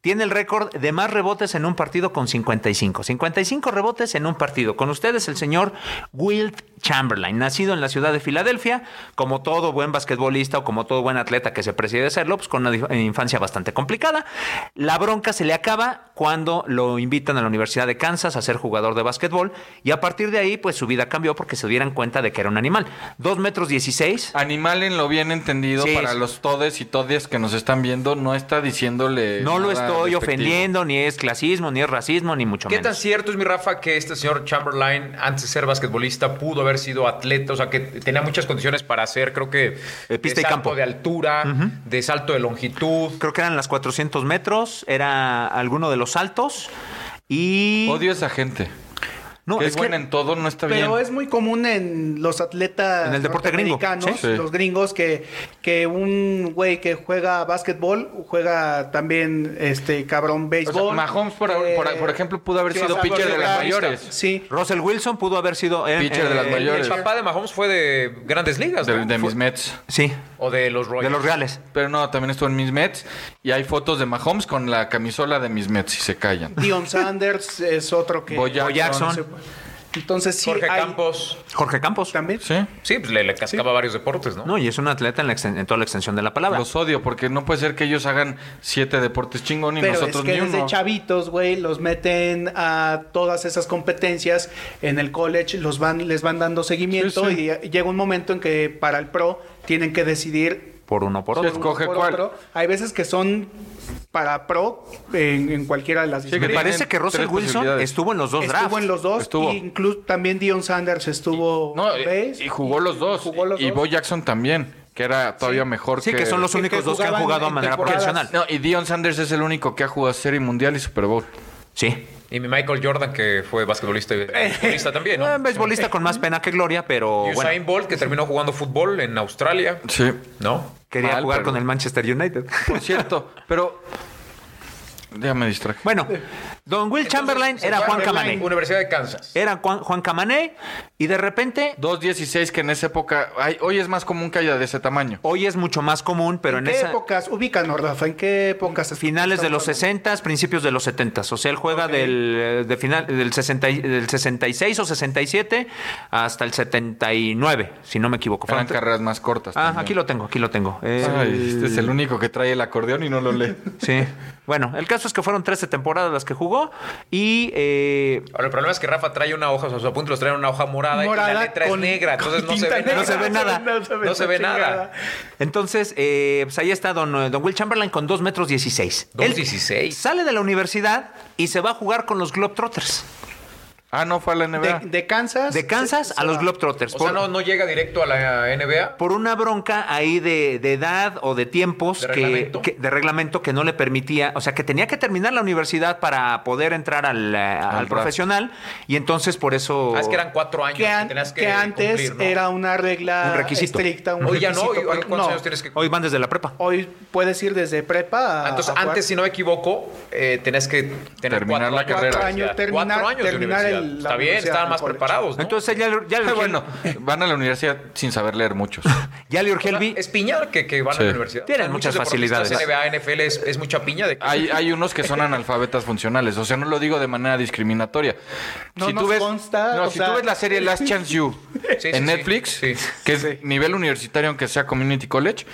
Speaker 6: tiene el récord de más rebotes en un partido con 55. 55 rebotes en un partido. Con ustedes el señor Wilt Chamberlain, nacido en la ciudad de Filadelfia, como todo buen basquetbolista o como todo buen atleta que se preside serlo, pues con una dif- infancia bastante complicada. La bronca se le acaba cuando lo invitan a la Universidad de Kansas a ser jugador de basquetbol y a partir de ahí pues su vida cambió porque se dieran cuenta de que era un animal. 2 metros
Speaker 3: Ah,
Speaker 6: 16.
Speaker 3: Animal en lo bien entendido
Speaker 6: Sí.
Speaker 3: para los todes y todes que nos están viendo, no está diciéndole.
Speaker 6: No lo
Speaker 3: nada
Speaker 6: estoy
Speaker 3: despectivo.
Speaker 6: ofendiendo, ni es clasismo, ni es racismo, ni mucho
Speaker 7: ¿Qué
Speaker 6: menos.
Speaker 7: tan cierto es, mi Rafa, que este señor Chamberlain, antes de ser basquetbolista, pudo haber sido atleta? O sea, que tenía muchas condiciones para hacer, creo que...
Speaker 6: Eh, pista
Speaker 7: de
Speaker 6: y campo.
Speaker 7: salto de altura, de salto de longitud.
Speaker 6: creo que eran las 400 metros, era alguno de los saltos y...
Speaker 3: Odio a esa gente.
Speaker 6: No,
Speaker 3: que es,
Speaker 6: es
Speaker 3: buena
Speaker 6: que-
Speaker 3: en todo, no está
Speaker 8: Pero
Speaker 3: bien.
Speaker 8: es muy común en los atletas
Speaker 6: En el deporte gringo,
Speaker 8: norteamericanos,
Speaker 3: sí. Sí.
Speaker 8: los gringos, que, que un güey que juega básquetbol juega también este cabrón
Speaker 3: O
Speaker 8: béisbol.
Speaker 3: sea, Mahomes, por,
Speaker 8: Eh,
Speaker 3: por- por ejemplo, pudo haber
Speaker 8: sí,
Speaker 3: sido
Speaker 8: o sea,
Speaker 3: pitcher de las
Speaker 8: futbolista.
Speaker 3: mayores.
Speaker 8: Sí.
Speaker 6: Russell Wilson pudo haber sido... eh,
Speaker 3: Pitcher de las
Speaker 6: eh,
Speaker 3: mayores.
Speaker 7: El papá de Mahomes fue de grandes ligas,
Speaker 3: De,
Speaker 7: ¿no?
Speaker 3: de mis
Speaker 7: Fue-
Speaker 3: Mets.
Speaker 6: Sí,
Speaker 7: O de los Royals.
Speaker 6: de los Reales.
Speaker 3: Pero no, también estuvo en mis Mets. Y hay fotos de Mahomes con la camisola de mis Mets y se callan.
Speaker 8: Dion Sanders es otro que.
Speaker 3: Bo Jackson.
Speaker 6: Bo Jackson.
Speaker 8: Entonces sí.
Speaker 7: Jorge
Speaker 8: hay-
Speaker 7: Campos.
Speaker 6: Jorge Campos.
Speaker 8: También.
Speaker 3: Sí.
Speaker 7: Sí, pues le, le cascaba varios deportes, ¿no?
Speaker 6: No, y es un atleta en, la exten- en toda la extensión de la palabra.
Speaker 3: Los odio porque no puede ser que ellos hagan siete deportes chingón y
Speaker 8: Pero
Speaker 3: nosotros
Speaker 8: es que
Speaker 3: ni
Speaker 8: desde
Speaker 3: uno.
Speaker 8: chavitos, güey, los meten a todas esas competencias en el college, los van, les van dando seguimiento
Speaker 3: Sí, sí.
Speaker 8: y llega un momento en que para el pro tienen que decidir
Speaker 6: Por uno por
Speaker 3: Sí,
Speaker 6: otro.
Speaker 3: es Escoge
Speaker 8: por
Speaker 3: cuál.
Speaker 8: otro. Hay veces que son para pro en, en cualquiera de las
Speaker 6: Me
Speaker 3: que
Speaker 8: disciplinas.
Speaker 6: parece
Speaker 3: tienen
Speaker 6: que Russell
Speaker 3: tres
Speaker 6: Wilson
Speaker 3: posibilidades.
Speaker 6: estuvo en los dos
Speaker 8: Estuvo
Speaker 6: drafts.
Speaker 8: en los dos,
Speaker 3: Estuvo.
Speaker 8: incluso también Dion Sanders estuvo.
Speaker 3: No, eh,
Speaker 8: ¿ves?
Speaker 3: y, y jugó los dos. Y,
Speaker 8: jugó los dos.
Speaker 3: Bo Jackson también, que era todavía mejor
Speaker 6: Sí, que son los
Speaker 8: que-
Speaker 6: únicos
Speaker 8: que
Speaker 6: dos que han
Speaker 8: jugaban
Speaker 6: jugado de
Speaker 8: en
Speaker 6: manera
Speaker 8: temporadas.
Speaker 6: profesional.
Speaker 3: No, y Dion Sanders es el único que ha jugado Serie Mundial y Super Bowl.
Speaker 6: Sí.
Speaker 7: Y mi Michael Jordan, que fue basquetbolista y futbolista también, ¿no?
Speaker 6: Eh, beisbolista con más pena que gloria, pero
Speaker 7: Y Usain
Speaker 6: bueno,
Speaker 7: Bolt, que terminó jugando fútbol en Australia,
Speaker 3: Sí.
Speaker 7: ¿no?
Speaker 6: quería
Speaker 3: Mal,
Speaker 6: jugar
Speaker 3: pero-
Speaker 6: con el Manchester United.
Speaker 3: Por cierto, pero... Ya me distraje.
Speaker 6: Bueno, Don Will Chamberlain
Speaker 7: Entonces,
Speaker 6: era Juan
Speaker 7: Chamberlain,
Speaker 6: Camané. Eh,
Speaker 7: Universidad de Kansas.
Speaker 6: Era Juan, Juan Camané y de repente
Speaker 3: 2.16 que en esa época... ay, hoy es más común que haya de ese tamaño.
Speaker 6: hoy es mucho más común, pero en
Speaker 8: ¿Qué
Speaker 6: esa
Speaker 8: épocas? Ubícanos, Rafa, ¿en qué épocas? estamos
Speaker 6: finales de los
Speaker 8: hablando?
Speaker 6: 60, principios de los 70. O sea, él juega del, eh, de final, del, 60 y- del 66 o 67 hasta el 79, si no me equivoco.
Speaker 3: Fueron
Speaker 6: Fueron-
Speaker 3: carreras más cortas.
Speaker 6: Ah,
Speaker 3: también.
Speaker 6: aquí lo tengo, aquí lo tengo.
Speaker 3: Ay,
Speaker 6: El-
Speaker 3: este es el único que trae el acordeón y no lo lee.
Speaker 6: Sí. Bueno, el caso es que fueron 13 temporadas las que jugó y eh,
Speaker 7: Ahora, el problema es que Rafa trae una hoja, o sea, sus apuntes los traen en una hoja morada, y la
Speaker 8: Morada
Speaker 7: letra
Speaker 8: con-
Speaker 7: es negra, entonces no
Speaker 8: con
Speaker 7: se ve
Speaker 8: tinta
Speaker 7: nada.
Speaker 6: no se ve
Speaker 8: negra,
Speaker 6: nada.
Speaker 7: No se ve
Speaker 8: una
Speaker 7: nada.
Speaker 8: chingada.
Speaker 6: entonces eh, pues ahí está don, eh, don Will Chamberlain con 2 metros 16.
Speaker 7: Dos
Speaker 6: Él
Speaker 7: dieciséis.
Speaker 6: Sale de la universidad y se va a jugar con los Globetrotters.
Speaker 3: Ah, no, fue a la NBA.
Speaker 8: De, de Kansas. Ah.
Speaker 6: De Kansas
Speaker 8: se-
Speaker 6: a
Speaker 8: se
Speaker 6: los
Speaker 8: va.
Speaker 6: Globetrotters.
Speaker 7: O sea, no, no llega directo a la NBA.
Speaker 6: por una bronca ahí de, de edad o de tiempos
Speaker 7: ¿De
Speaker 6: que-
Speaker 7: reglamento?
Speaker 6: que- de reglamento que no le permitía, o sea, que tenía que terminar la universidad para poder entrar al, eh, al
Speaker 3: draft.
Speaker 6: profesional y entonces por eso...
Speaker 7: Ah, es que eran cuatro años
Speaker 8: Que, an-
Speaker 7: tenías
Speaker 8: que antes
Speaker 7: cumplir, ¿no?
Speaker 8: era una regla
Speaker 6: Un requisito.
Speaker 8: estricta. Un
Speaker 7: Hoy ya no, hoy,
Speaker 8: requisito,
Speaker 7: hoy
Speaker 8: pero
Speaker 7: ¿cuántos
Speaker 8: no.
Speaker 7: años tienes que
Speaker 6: Hoy van desde la prepa.
Speaker 8: Hoy puedes ir desde prepa a.
Speaker 7: Ah, Entonces,
Speaker 8: a jugar
Speaker 7: antes, si no me equivoco, eh, tenías que tener cuatro
Speaker 3: Terminar
Speaker 7: años
Speaker 3: la
Speaker 7: de
Speaker 3: carrera.
Speaker 7: universidad.
Speaker 8: Año, terminar-
Speaker 7: cuatro años
Speaker 8: terminar
Speaker 7: de
Speaker 8: el-
Speaker 7: universidad.
Speaker 8: la
Speaker 7: Está bien,
Speaker 8: universidad,
Speaker 7: estaban más
Speaker 8: el college.
Speaker 7: preparados, ¿no?
Speaker 6: Entonces ya, le- ya, le
Speaker 3: Ah,
Speaker 6: urgía-
Speaker 3: bueno, van a la universidad sin saber leer muchos.
Speaker 6: ya le urgía el
Speaker 7: O sea,
Speaker 6: vi-
Speaker 7: es piñar que, que van a
Speaker 3: Sí.
Speaker 7: la universidad.
Speaker 6: Tienen
Speaker 7: Hay
Speaker 6: muchas
Speaker 7: muchos
Speaker 6: facilidades.
Speaker 7: deportistas, NBA, NFL es, es mucha piña de que
Speaker 3: Hay, hay unos que son analfabetas funcionales, o sea, no lo digo de manera discriminatoria.
Speaker 8: No nos consta,
Speaker 3: no,
Speaker 8: o
Speaker 3: si
Speaker 8: sea-
Speaker 3: tú ves la serie Last Chance You
Speaker 7: Sí,
Speaker 3: en
Speaker 7: sí,
Speaker 3: Netflix,
Speaker 7: sí. Sí.
Speaker 3: que es nivel universitario, aunque sea community college,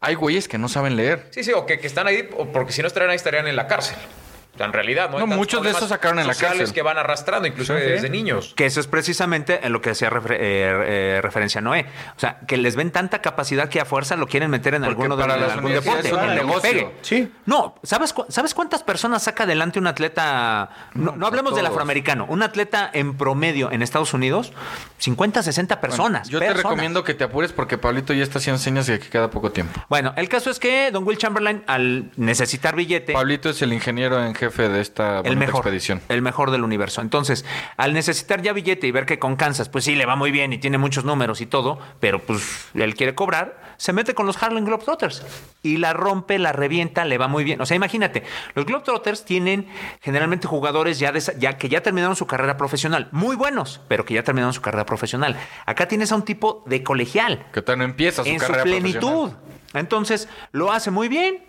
Speaker 3: hay güeyes que no saben leer.
Speaker 7: Sí, sí, o que, que están ahí, o porque si no estarían ahí, estarían en la cárcel. O sea, en realidad, ¿no? Hay
Speaker 3: No,
Speaker 7: tantos
Speaker 3: muchos de
Speaker 7: problemas
Speaker 3: esos sacaron en la
Speaker 7: sociales
Speaker 3: cárcel.
Speaker 7: que van arrastrando, inclusive desde niños.
Speaker 6: Que eso es precisamente en lo que hacía refer- eh, eh, referencia Noé. O sea, que les ven tanta capacidad que a fuerza lo quieren meter en
Speaker 3: Porque
Speaker 6: alguno de,
Speaker 3: para
Speaker 6: en
Speaker 3: las
Speaker 6: algún
Speaker 3: universidades
Speaker 6: deporte.
Speaker 3: son un
Speaker 6: en algún
Speaker 3: negocio.
Speaker 6: pegue.
Speaker 8: Sí.
Speaker 6: No, ¿sabes, cu- ¿sabes cuántas personas saca adelante un atleta? No, no hablemos del
Speaker 3: todos.
Speaker 6: afroamericano. Un atleta en promedio en Estados Unidos, 50, 60 personas.
Speaker 3: Yo te
Speaker 6: personas.
Speaker 3: recomiendo que te apures porque Pablito ya está haciendo señas de que queda poco tiempo.
Speaker 6: Bueno, el caso es que Don Will Chamberlain, al necesitar billete.
Speaker 3: Pablito es el ingeniero en jefe de esta
Speaker 6: el
Speaker 3: bonita
Speaker 6: mejor,
Speaker 3: expedición.
Speaker 6: el mejor del universo. Entonces, al necesitar ya billete y ver que con Kansas, pues sí, le va muy bien y tiene muchos números y todo, pero pues él quiere cobrar, se mete con los Harlem Globetrotters y la rompe, la revienta, le va muy bien. O sea, imagínate, los Globetrotters tienen generalmente jugadores ya, de esa- ya que ya terminaron su carrera profesional, muy buenos, pero que ya terminaron su carrera profesional. Acá tienes a un tipo de colegial
Speaker 3: Que tal no empieza su
Speaker 6: en su
Speaker 3: carrera
Speaker 6: plenitud.
Speaker 3: profesional.
Speaker 6: Entonces, lo hace muy bien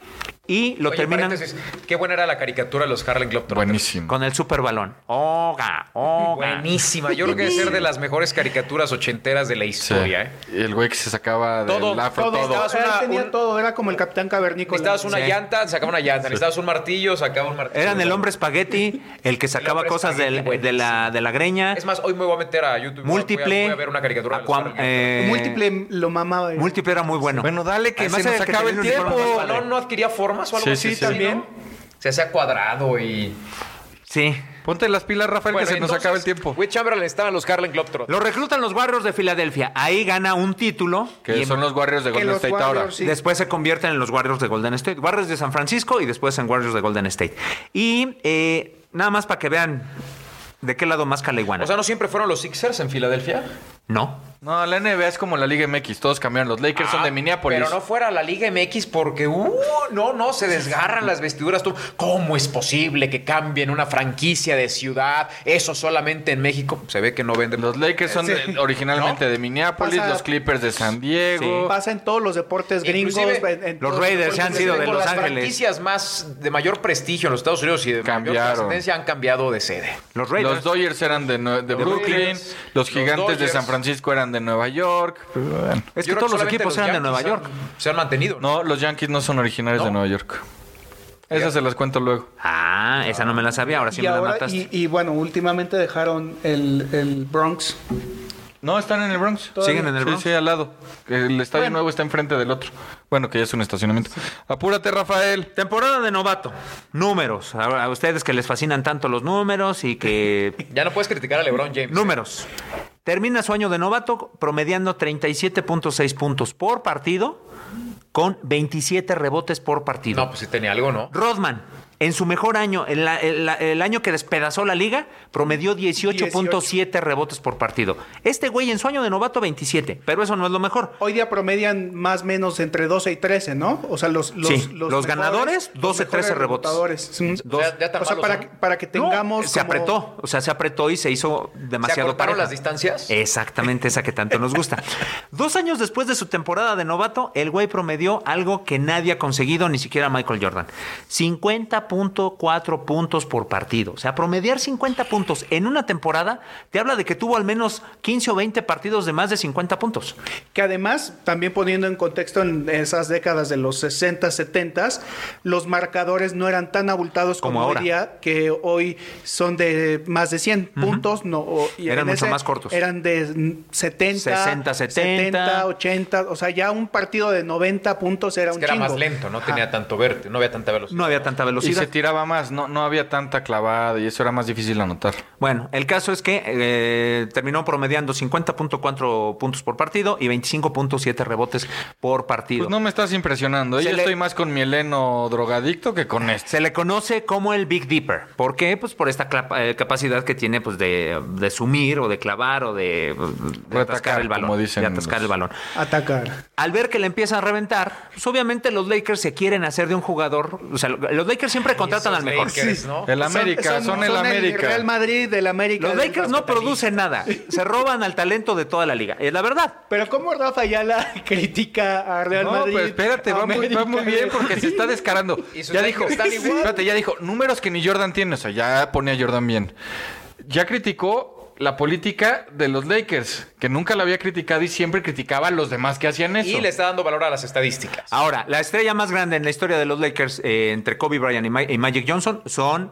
Speaker 6: y lo
Speaker 7: Oye,
Speaker 6: terminan
Speaker 7: paréntesis, Qué buena era la caricatura de los Harlem Globetrotters.
Speaker 3: Buenísimo.
Speaker 6: con el super balón. Oga, oga.
Speaker 7: Buenísima. Yo creo que debe ser de las mejores caricaturas ochenteras de la
Speaker 3: Sí.
Speaker 7: historia, ¿eh?
Speaker 3: Y El güey que se sacaba del
Speaker 7: Todo,
Speaker 3: afro,
Speaker 8: Todo.
Speaker 3: todo.
Speaker 7: Estabas
Speaker 8: Él
Speaker 7: una-
Speaker 8: tenía
Speaker 7: un-
Speaker 8: todo. Era como el Capitán Cavernícola.
Speaker 7: Necesitabas una
Speaker 6: Sí.
Speaker 7: llanta, sacaba una llanta. Necesitabas un martillo, sacaba un martillo.
Speaker 6: Eran el hombre espagueti, el que sacaba
Speaker 7: hombre
Speaker 6: cosas del-
Speaker 7: espagueti,
Speaker 6: de, la, de la greña.
Speaker 7: Es más, hoy me voy a meter a YouTube.
Speaker 6: múltiple.
Speaker 7: Voy a, voy a ver una caricatura. de los
Speaker 6: Aquam-
Speaker 7: Harlem
Speaker 6: eh,
Speaker 8: Múltiple lo mamaba. eh.
Speaker 6: múltiple era muy bueno.
Speaker 3: Bueno, dale que
Speaker 6: Además
Speaker 3: se
Speaker 6: era
Speaker 3: nos
Speaker 6: que
Speaker 3: acaba el
Speaker 6: tenía un uniforme
Speaker 3: tiempo.
Speaker 7: El
Speaker 6: más padre.
Speaker 7: balón no adquiría formas o algo
Speaker 3: Sí,
Speaker 7: así.
Speaker 3: sí, sí.
Speaker 7: también. Se hacía cuadrado y.
Speaker 6: Sí.
Speaker 3: Ponte las pilas, Rafael,
Speaker 7: Bueno,
Speaker 3: que se nos
Speaker 7: entonces,
Speaker 3: acaba el tiempo.
Speaker 7: Will Chamberlain estaba en los Harlem Globetrotters.
Speaker 6: Lo reclutan los Warriors de Filadelfia. Ahí gana un título.
Speaker 3: Que
Speaker 6: y
Speaker 3: son los Warriors de
Speaker 8: Que
Speaker 3: Golden
Speaker 8: los
Speaker 3: State
Speaker 8: Warriors,
Speaker 3: ahora.
Speaker 8: sí.
Speaker 6: Después se convierten en los Warriors de Golden State. Warriors de San Francisco y después en Warriors de Golden State. Y eh, nada más para que vean ¿De qué lado más la iguana?
Speaker 7: O sea, ¿no siempre fueron los Sixers en Filadelfia?
Speaker 6: no.
Speaker 3: No, la NBA es como la Liga MX. Todos cambiaron. Los Lakers son de Minneapolis.
Speaker 7: Pero no fuera la Liga MX porque, uh, no, no, se desgarran las vestiduras. Tú, ¿Cómo es posible que cambien una franquicia de ciudad? Eso solamente en México. Se ve que no venden.
Speaker 3: Los Lakers son de-
Speaker 8: Sí.
Speaker 3: originalmente
Speaker 8: ¿No?
Speaker 3: de Minneapolis,
Speaker 8: Pasa-
Speaker 3: los Clippers de San Diego.
Speaker 8: Pasa en todos los deportes gringos.
Speaker 7: Inclusive,
Speaker 8: en- en
Speaker 6: los
Speaker 8: todos
Speaker 6: Raiders se han
Speaker 8: deportes
Speaker 6: sido de
Speaker 8: gringos.
Speaker 6: Los
Speaker 7: las
Speaker 6: Ángeles.
Speaker 7: franquicias más de mayor prestigio en los Estados Unidos y de mayor
Speaker 3: Cambiaron.
Speaker 7: trascendencia han cambiado de sede.
Speaker 6: Los
Speaker 3: Los
Speaker 6: Raiders.
Speaker 3: Dodgers eran de, Nue- de Brooklyn,
Speaker 7: Dodgers, los
Speaker 3: los Gigantes de
Speaker 7: Dodgers.
Speaker 3: San Francisco eran de Nueva York. Pero bueno.
Speaker 6: es que
Speaker 7: Yo creo
Speaker 6: todos los
Speaker 7: solamente
Speaker 6: equipos eran de Nueva
Speaker 7: Yankees
Speaker 6: York.
Speaker 7: han- se han mantenido.
Speaker 3: No, los Yankees no son originarios de Nueva York. Esas se las cuento luego.
Speaker 6: Ah, esa no me la sabía, ahora sí
Speaker 8: y,
Speaker 6: me la
Speaker 8: ahora-
Speaker 6: mataste.
Speaker 8: y- y bueno, últimamente dejaron el, el Bronx.
Speaker 3: No, están en el Bronx.
Speaker 6: ¿Siguen en el Bronx?
Speaker 3: Sí, sí, al lado. El estadio nuevo está enfrente del otro. Bueno, que ya es un estacionamiento. Apúrate, Rafael.
Speaker 6: Temporada de novato. Números. A, a ustedes que les fascinan tanto los números y que...
Speaker 7: Ya no puedes criticar a LeBron James.
Speaker 6: números. Termina su año de novato promediando 37.6 puntos por partido con 27 rebotes por partido.
Speaker 7: No, pues si tenía algo, ¿no?
Speaker 6: Rodman, en su mejor año, en la- en la- el año que despedazó la liga, promedió 18.7 rebotes por partido. Este güey en su año de novato 27, pero eso no es lo mejor.
Speaker 8: Hoy día promedian más o menos entre 12 y 13, ¿no? O sea, los, los,
Speaker 6: Sí.
Speaker 8: los, mejores-
Speaker 6: Los ganadores,
Speaker 8: los
Speaker 6: 12,
Speaker 8: mejores
Speaker 6: 13 rebotes.
Speaker 8: rebotadores. Mm.
Speaker 7: O sea, ya tan
Speaker 8: O sea,
Speaker 7: malos
Speaker 8: para,
Speaker 7: son.
Speaker 8: que- para que tengamos.
Speaker 6: se
Speaker 8: como-
Speaker 6: apretó, o sea, se apretó y se hizo
Speaker 7: ¿Se
Speaker 6: demasiado
Speaker 7: acortaron
Speaker 6: pareja.
Speaker 7: las distancias?
Speaker 6: Exactamente, esa que tanto nos gusta. Dos años después de su temporada de novato, el güey promedió algo que nadie ha conseguido, ni siquiera Michael Jordan. 50.4 puntos por partido. O sea, promediar 50 puntos en una temporada te habla de que tuvo al menos 15 o 20 partidos de más de 50 puntos.
Speaker 8: Que además, también poniendo en contexto en esas décadas de los 60, 70, los marcadores no eran tan abultados
Speaker 6: Como
Speaker 8: como,
Speaker 6: ahora.
Speaker 8: hoy día, que hoy son de más de 100 puntos. No, o- y
Speaker 6: Eran
Speaker 8: en
Speaker 6: mucho más cortos.
Speaker 8: Eran de mm, 70,
Speaker 6: 60, 70,
Speaker 8: 80. O sea, ya un partido de 90 puntos era
Speaker 7: Es
Speaker 8: un
Speaker 7: que era
Speaker 8: chingo.
Speaker 7: más lento, no
Speaker 8: Ajá.
Speaker 7: tenía tanto verte, no había tanta velocidad.
Speaker 6: No había tanta
Speaker 3: Y
Speaker 6: velocidad.
Speaker 3: se tiraba más, no, no había tanta clavada y eso era más difícil anotar.
Speaker 6: Bueno, el caso es que eh, terminó promediando 50.4 puntos por partido y 25.7 rebotes por partido.
Speaker 3: Pues no me estás impresionando. ¿eh?
Speaker 6: Se
Speaker 3: Yo
Speaker 6: le-
Speaker 3: estoy más con mi Eleno drogadicto que con este.
Speaker 6: Se le conoce como el Big Dipper. ¿Por qué? Pues por esta clapa- eh, capacidad que tiene pues de, de sumir o de clavar o de, de atascar
Speaker 3: atacar,
Speaker 6: el balón.
Speaker 3: como dicen
Speaker 6: de atascar
Speaker 3: los-
Speaker 6: el balón.
Speaker 8: Atacar.
Speaker 6: Al ver que le empiezan a reventar, pues obviamente los Lakers se quieren hacer de un jugador. O sea, los Lakers siempre contratan
Speaker 7: esos
Speaker 6: al mejor.
Speaker 7: Lakers, ¿no?
Speaker 3: El América, son, el América.
Speaker 8: Real Madrid, del América.
Speaker 6: Los
Speaker 8: del
Speaker 6: Lakers no producen nada. Se roban al talento de toda la liga. Es la verdad.
Speaker 8: Pero ¿cómo Rafa Ayala critica a Real
Speaker 3: no,
Speaker 8: Madrid?
Speaker 3: pero espérate, va muy, va muy bien porque se está descarando.
Speaker 7: Y sus
Speaker 3: ya
Speaker 7: Lakers
Speaker 3: dijo,
Speaker 7: están igual.
Speaker 3: espérate, ya dijo, números que ni Jordan tiene. O sea, ya ponía a Jordan bien. Ya criticó la política de los Lakers, que nunca la había criticado y siempre criticaba a los demás que hacían eso.
Speaker 7: Y le está dando valor a las estadísticas.
Speaker 6: Ahora, la estrella más grande en la historia de los Lakers eh, entre Kobe Bryant y, Ma- y Magic Johnson son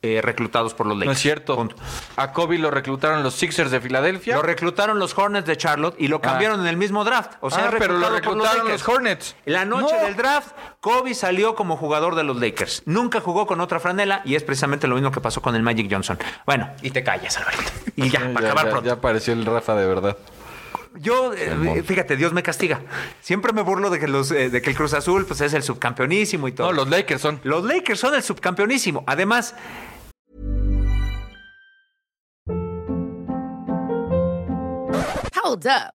Speaker 6: eh, reclutados por los Lakers.
Speaker 3: No es cierto.
Speaker 6: Punto.
Speaker 3: A Kobe lo reclutaron los Sixers de Filadelfia.
Speaker 6: Lo reclutaron los Hornets de Charlotte y lo cambiaron en el mismo draft. O sea,
Speaker 3: Ah, pero lo
Speaker 6: reclutado por
Speaker 3: reclutaron
Speaker 6: Lakers.
Speaker 3: los Hornets.
Speaker 6: La noche
Speaker 3: No.
Speaker 6: del draft, Kobe salió como jugador de los Lakers. Nunca jugó con otra franela y es precisamente lo mismo que pasó con el Magic Johnson. Bueno,
Speaker 7: Y te callas, Alvarito.
Speaker 6: y ya,
Speaker 3: Sí,
Speaker 6: para acabar
Speaker 3: ya-
Speaker 6: pronto.
Speaker 3: ya apareció el Rafa de verdad.
Speaker 6: Yo, eh, fíjate, Dios me castiga. Siempre me burlo de que, los, eh, de que el Cruz Azul pues, es el subcampeonísimo y todo.
Speaker 3: No, los Lakers son.
Speaker 6: Los Lakers son el subcampeonísimo. Además,
Speaker 2: Hold up.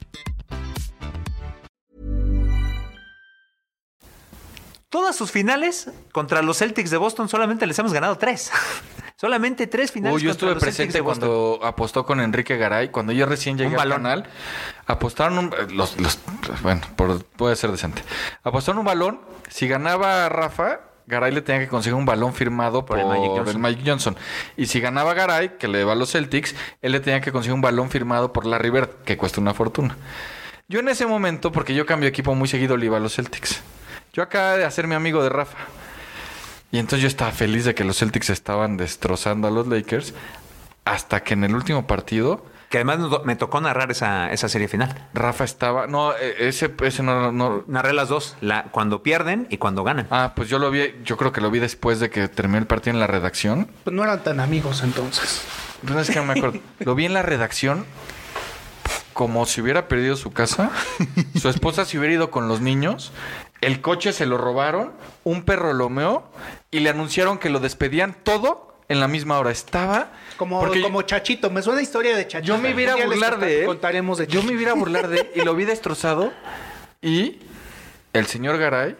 Speaker 6: todas sus finales contra los Celtics de Boston solamente les hemos ganado tres. solamente tres finales.
Speaker 3: Uy, yo
Speaker 6: contra
Speaker 3: estuve
Speaker 6: los Celtics
Speaker 3: presente
Speaker 6: de Boston.
Speaker 3: cuando apostó con Enrique Garay. Cuando yo recién llegué
Speaker 6: Un
Speaker 3: al
Speaker 6: balón.
Speaker 3: canal, apostaron un. eh, Los, los- bueno, por- puede ser decente. Apostaron un balón. Si ganaba Rafa, Garay le tenía que conseguir un balón firmado por,
Speaker 6: el Magic
Speaker 3: el,
Speaker 6: Johnson.
Speaker 3: Magic Johnson. Y si ganaba Garay, que le va a los Celtics, él le tenía que conseguir un balón firmado por Larry Bird, que cuesta una fortuna. Yo en ese momento, porque yo cambio de equipo muy seguido, le iba a los Celtics. Yo acababa de hacerme amigo de Rafa. Y entonces yo estaba feliz de que los Celtics estaban destrozando a los Lakers. Hasta que en el último partido
Speaker 6: que además no- me tocó narrar esa, esa serie final.
Speaker 3: Rafa estaba. No, eh, ese, ese no, no.
Speaker 6: Narré las dos, la, cuando pierden y cuando ganan.
Speaker 3: Ah, pues yo lo vi, yo creo que lo vi después de que terminó el partido en la redacción.
Speaker 8: Pues no eran tan amigos entonces.
Speaker 3: Pues es que no me acuerdo. Lo vi en la redacción como si hubiera perdido su casa. Su esposa se hubiera ido con los niños. El coche se lo robaron. Un perro lo meó. Y le anunciaron que lo despedían todo en la misma hora. Estaba...
Speaker 8: Como,
Speaker 3: porque
Speaker 8: como Chachito, me suena a historia de Chachito.
Speaker 3: Yo me iba
Speaker 8: Un día
Speaker 3: a
Speaker 8: les
Speaker 3: burlar
Speaker 8: conta-
Speaker 3: de él.
Speaker 8: Contaremos de
Speaker 3: Yo me iba a burlar de él y lo vi destrozado. Y el señor Garay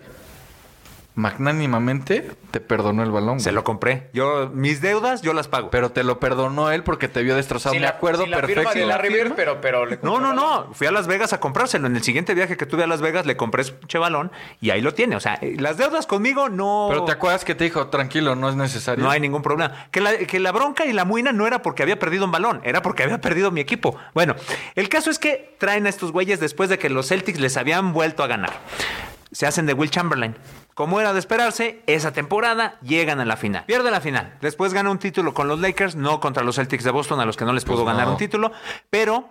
Speaker 3: magnánimamente te perdonó el balón.
Speaker 6: Se
Speaker 3: güey.
Speaker 6: lo compré. Yo, mis deudas, yo las pago.
Speaker 3: Pero te lo perdonó él porque te vio destrozado. me acuerdo
Speaker 7: sin
Speaker 3: perfecto.
Speaker 7: La firma de Larry Bird, pero, pero le
Speaker 6: No, no, no. Fui a Las Vegas a comprárselo. En el siguiente viaje que tuve a Las Vegas le compré su pinche balón y ahí lo tiene. O sea, eh, las deudas conmigo no,
Speaker 3: Pero te acuerdas que te dijo, tranquilo, no es necesario.
Speaker 6: no hay ningún problema. Que la, que la bronca y la muina no era porque había perdido un balón, era porque había perdido mi equipo. Bueno, el caso es que traen a estos güeyes después de que los Celtics les habían vuelto a ganar. Se hacen de Will Chamberlain. Como era de esperarse, esa temporada llegan a la final. Pierden la final. Después gana un título con los Lakers, no contra los Celtics de Boston, a los que no les pudo
Speaker 3: Pues
Speaker 6: ganar
Speaker 3: no.
Speaker 6: un título, pero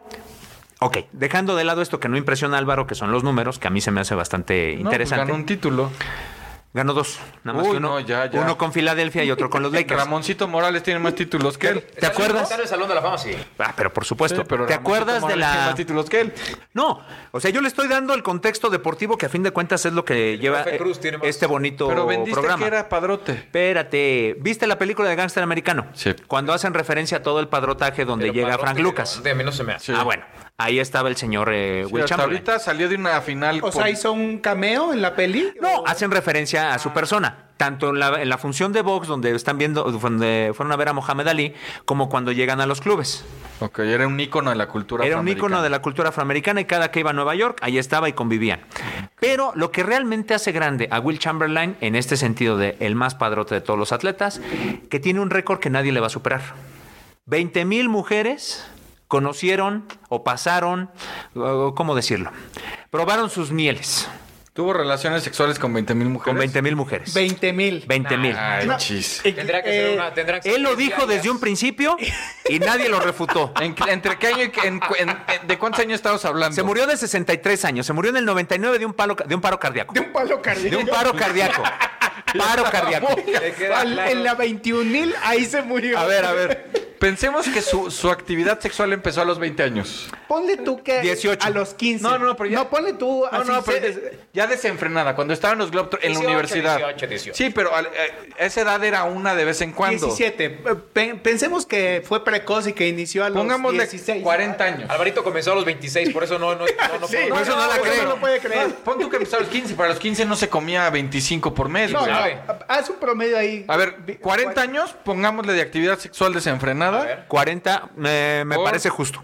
Speaker 6: Ok, dejando de lado esto que no impresiona a Álvaro, que son los números, que a mí se me hace bastante
Speaker 3: No, pues
Speaker 6: interesante.
Speaker 3: ganó un título.
Speaker 6: Ganó dos. Nada más
Speaker 3: Uy,
Speaker 6: que uno,
Speaker 3: no, ya, ya.
Speaker 6: uno con Filadelfia y otro con los Lakers.
Speaker 3: Ramoncito Morales tiene más títulos que él.
Speaker 6: ¿Te acuerdas?
Speaker 7: Está en el Salón de la Fama, sí.
Speaker 6: Ah, pero por supuesto.
Speaker 3: Sí, pero
Speaker 6: ¿Te
Speaker 3: Ramoncito
Speaker 6: acuerdas de
Speaker 3: Morales tiene
Speaker 6: la...?
Speaker 3: más títulos que él.
Speaker 6: No, o sea, yo le estoy dando el contexto deportivo que a fin de cuentas es lo que lleva
Speaker 7: profe
Speaker 6: eh,
Speaker 7: Cruz tiene más.
Speaker 6: este bonito
Speaker 3: Pero vendiste
Speaker 6: programa.
Speaker 3: que era padrote.
Speaker 6: Espérate, ¿viste la película de Gangster Americano?
Speaker 3: Sí.
Speaker 6: Cuando hacen referencia a todo el padrotaje donde
Speaker 7: Pero
Speaker 6: llega
Speaker 7: padrote
Speaker 6: Frank
Speaker 7: que no,
Speaker 6: Lucas.
Speaker 7: De mí no se me hace.
Speaker 3: Sí.
Speaker 6: Ah, bueno, ahí estaba el señor eh,
Speaker 3: Sí,
Speaker 6: Will
Speaker 3: hasta
Speaker 6: Chamberlain.
Speaker 3: ahorita salió de una final.
Speaker 8: O
Speaker 3: por-
Speaker 8: sea, hizo un cameo en la peli.
Speaker 6: No,
Speaker 8: O-
Speaker 6: hacen referencia a su persona. Tanto en la, en la función de box, donde están viendo, donde fueron a ver a Mohamed Ali, como cuando llegan a los clubes.
Speaker 3: Ok, era un ícono de la cultura
Speaker 6: Era un ícono
Speaker 3: afroamericana.
Speaker 6: de la cultura afroamericana y cada que iba a Nueva York, ahí estaba y convivían. Pero lo que realmente hace grande a Will Chamberlain, en este sentido de el más padrote de todos los atletas, que tiene un récord que nadie le va a superar. 20 mil mujeres conocieron o pasaron, o- ¿cómo decirlo? Probaron sus mieles
Speaker 3: Tuvo relaciones sexuales con 20 mil mujeres.
Speaker 6: con 20 mil mujeres.
Speaker 8: 20 mil.
Speaker 6: 20 mil.
Speaker 3: Ay,
Speaker 8: No.
Speaker 3: chis.
Speaker 7: Tendrá que ser
Speaker 8: Eh,
Speaker 7: una. Tendrá que ser
Speaker 6: Él lo
Speaker 7: tres
Speaker 6: dijo
Speaker 7: diarias.
Speaker 6: desde un principio y nadie lo refutó.
Speaker 3: ¿En qué- ¿Entre qué año y qué- en cu- en- en- de cuántos años estamos hablando?
Speaker 6: Se murió de 63 años, se murió en el 99 de un, palo, de un paro cardíaco.
Speaker 8: De un palo
Speaker 6: De
Speaker 8: cardíaco.
Speaker 6: un paro cardíaco. Paro cardíaco.
Speaker 7: Le queda
Speaker 8: Al-
Speaker 7: claro.
Speaker 8: En la 21 mil, ahí se murió.
Speaker 6: A ver, a ver.
Speaker 3: Pensemos que su, su actividad sexual empezó a los 20 años.
Speaker 8: Ponle tú que
Speaker 6: 18.
Speaker 8: a los 15.
Speaker 3: No, no, pero ya-
Speaker 8: No, ponle tú
Speaker 3: Ah, No,
Speaker 8: así
Speaker 3: no, pero
Speaker 8: se-
Speaker 3: des- ya desenfrenada, cuando estaba en los Globetrotters, en la
Speaker 7: 18,
Speaker 3: universidad.
Speaker 7: 18, 18.
Speaker 3: Sí, pero al- eh, a esa edad era una de vez en cuando.
Speaker 8: 17. Pe- Pensemos que fue precoz y que inició a los
Speaker 3: Pongámosle
Speaker 8: 16.
Speaker 3: 40 años.
Speaker 7: Alvarito comenzó a los 26, por eso no. no, no, no
Speaker 8: Sí,
Speaker 7: puedo-
Speaker 8: por eso no la
Speaker 7: por
Speaker 8: creo.
Speaker 7: no
Speaker 8: puede creer.
Speaker 3: No, pon tú que empezó a los 15, para los 15 no se comía 25 por mes.
Speaker 8: No,
Speaker 3: güey.
Speaker 8: no,
Speaker 7: sabe.
Speaker 8: haz un promedio ahí.
Speaker 3: A ver, 40 años, pongámosle de actividad sexual desenfrenada.
Speaker 6: 40 me, me
Speaker 3: por
Speaker 6: parece justo.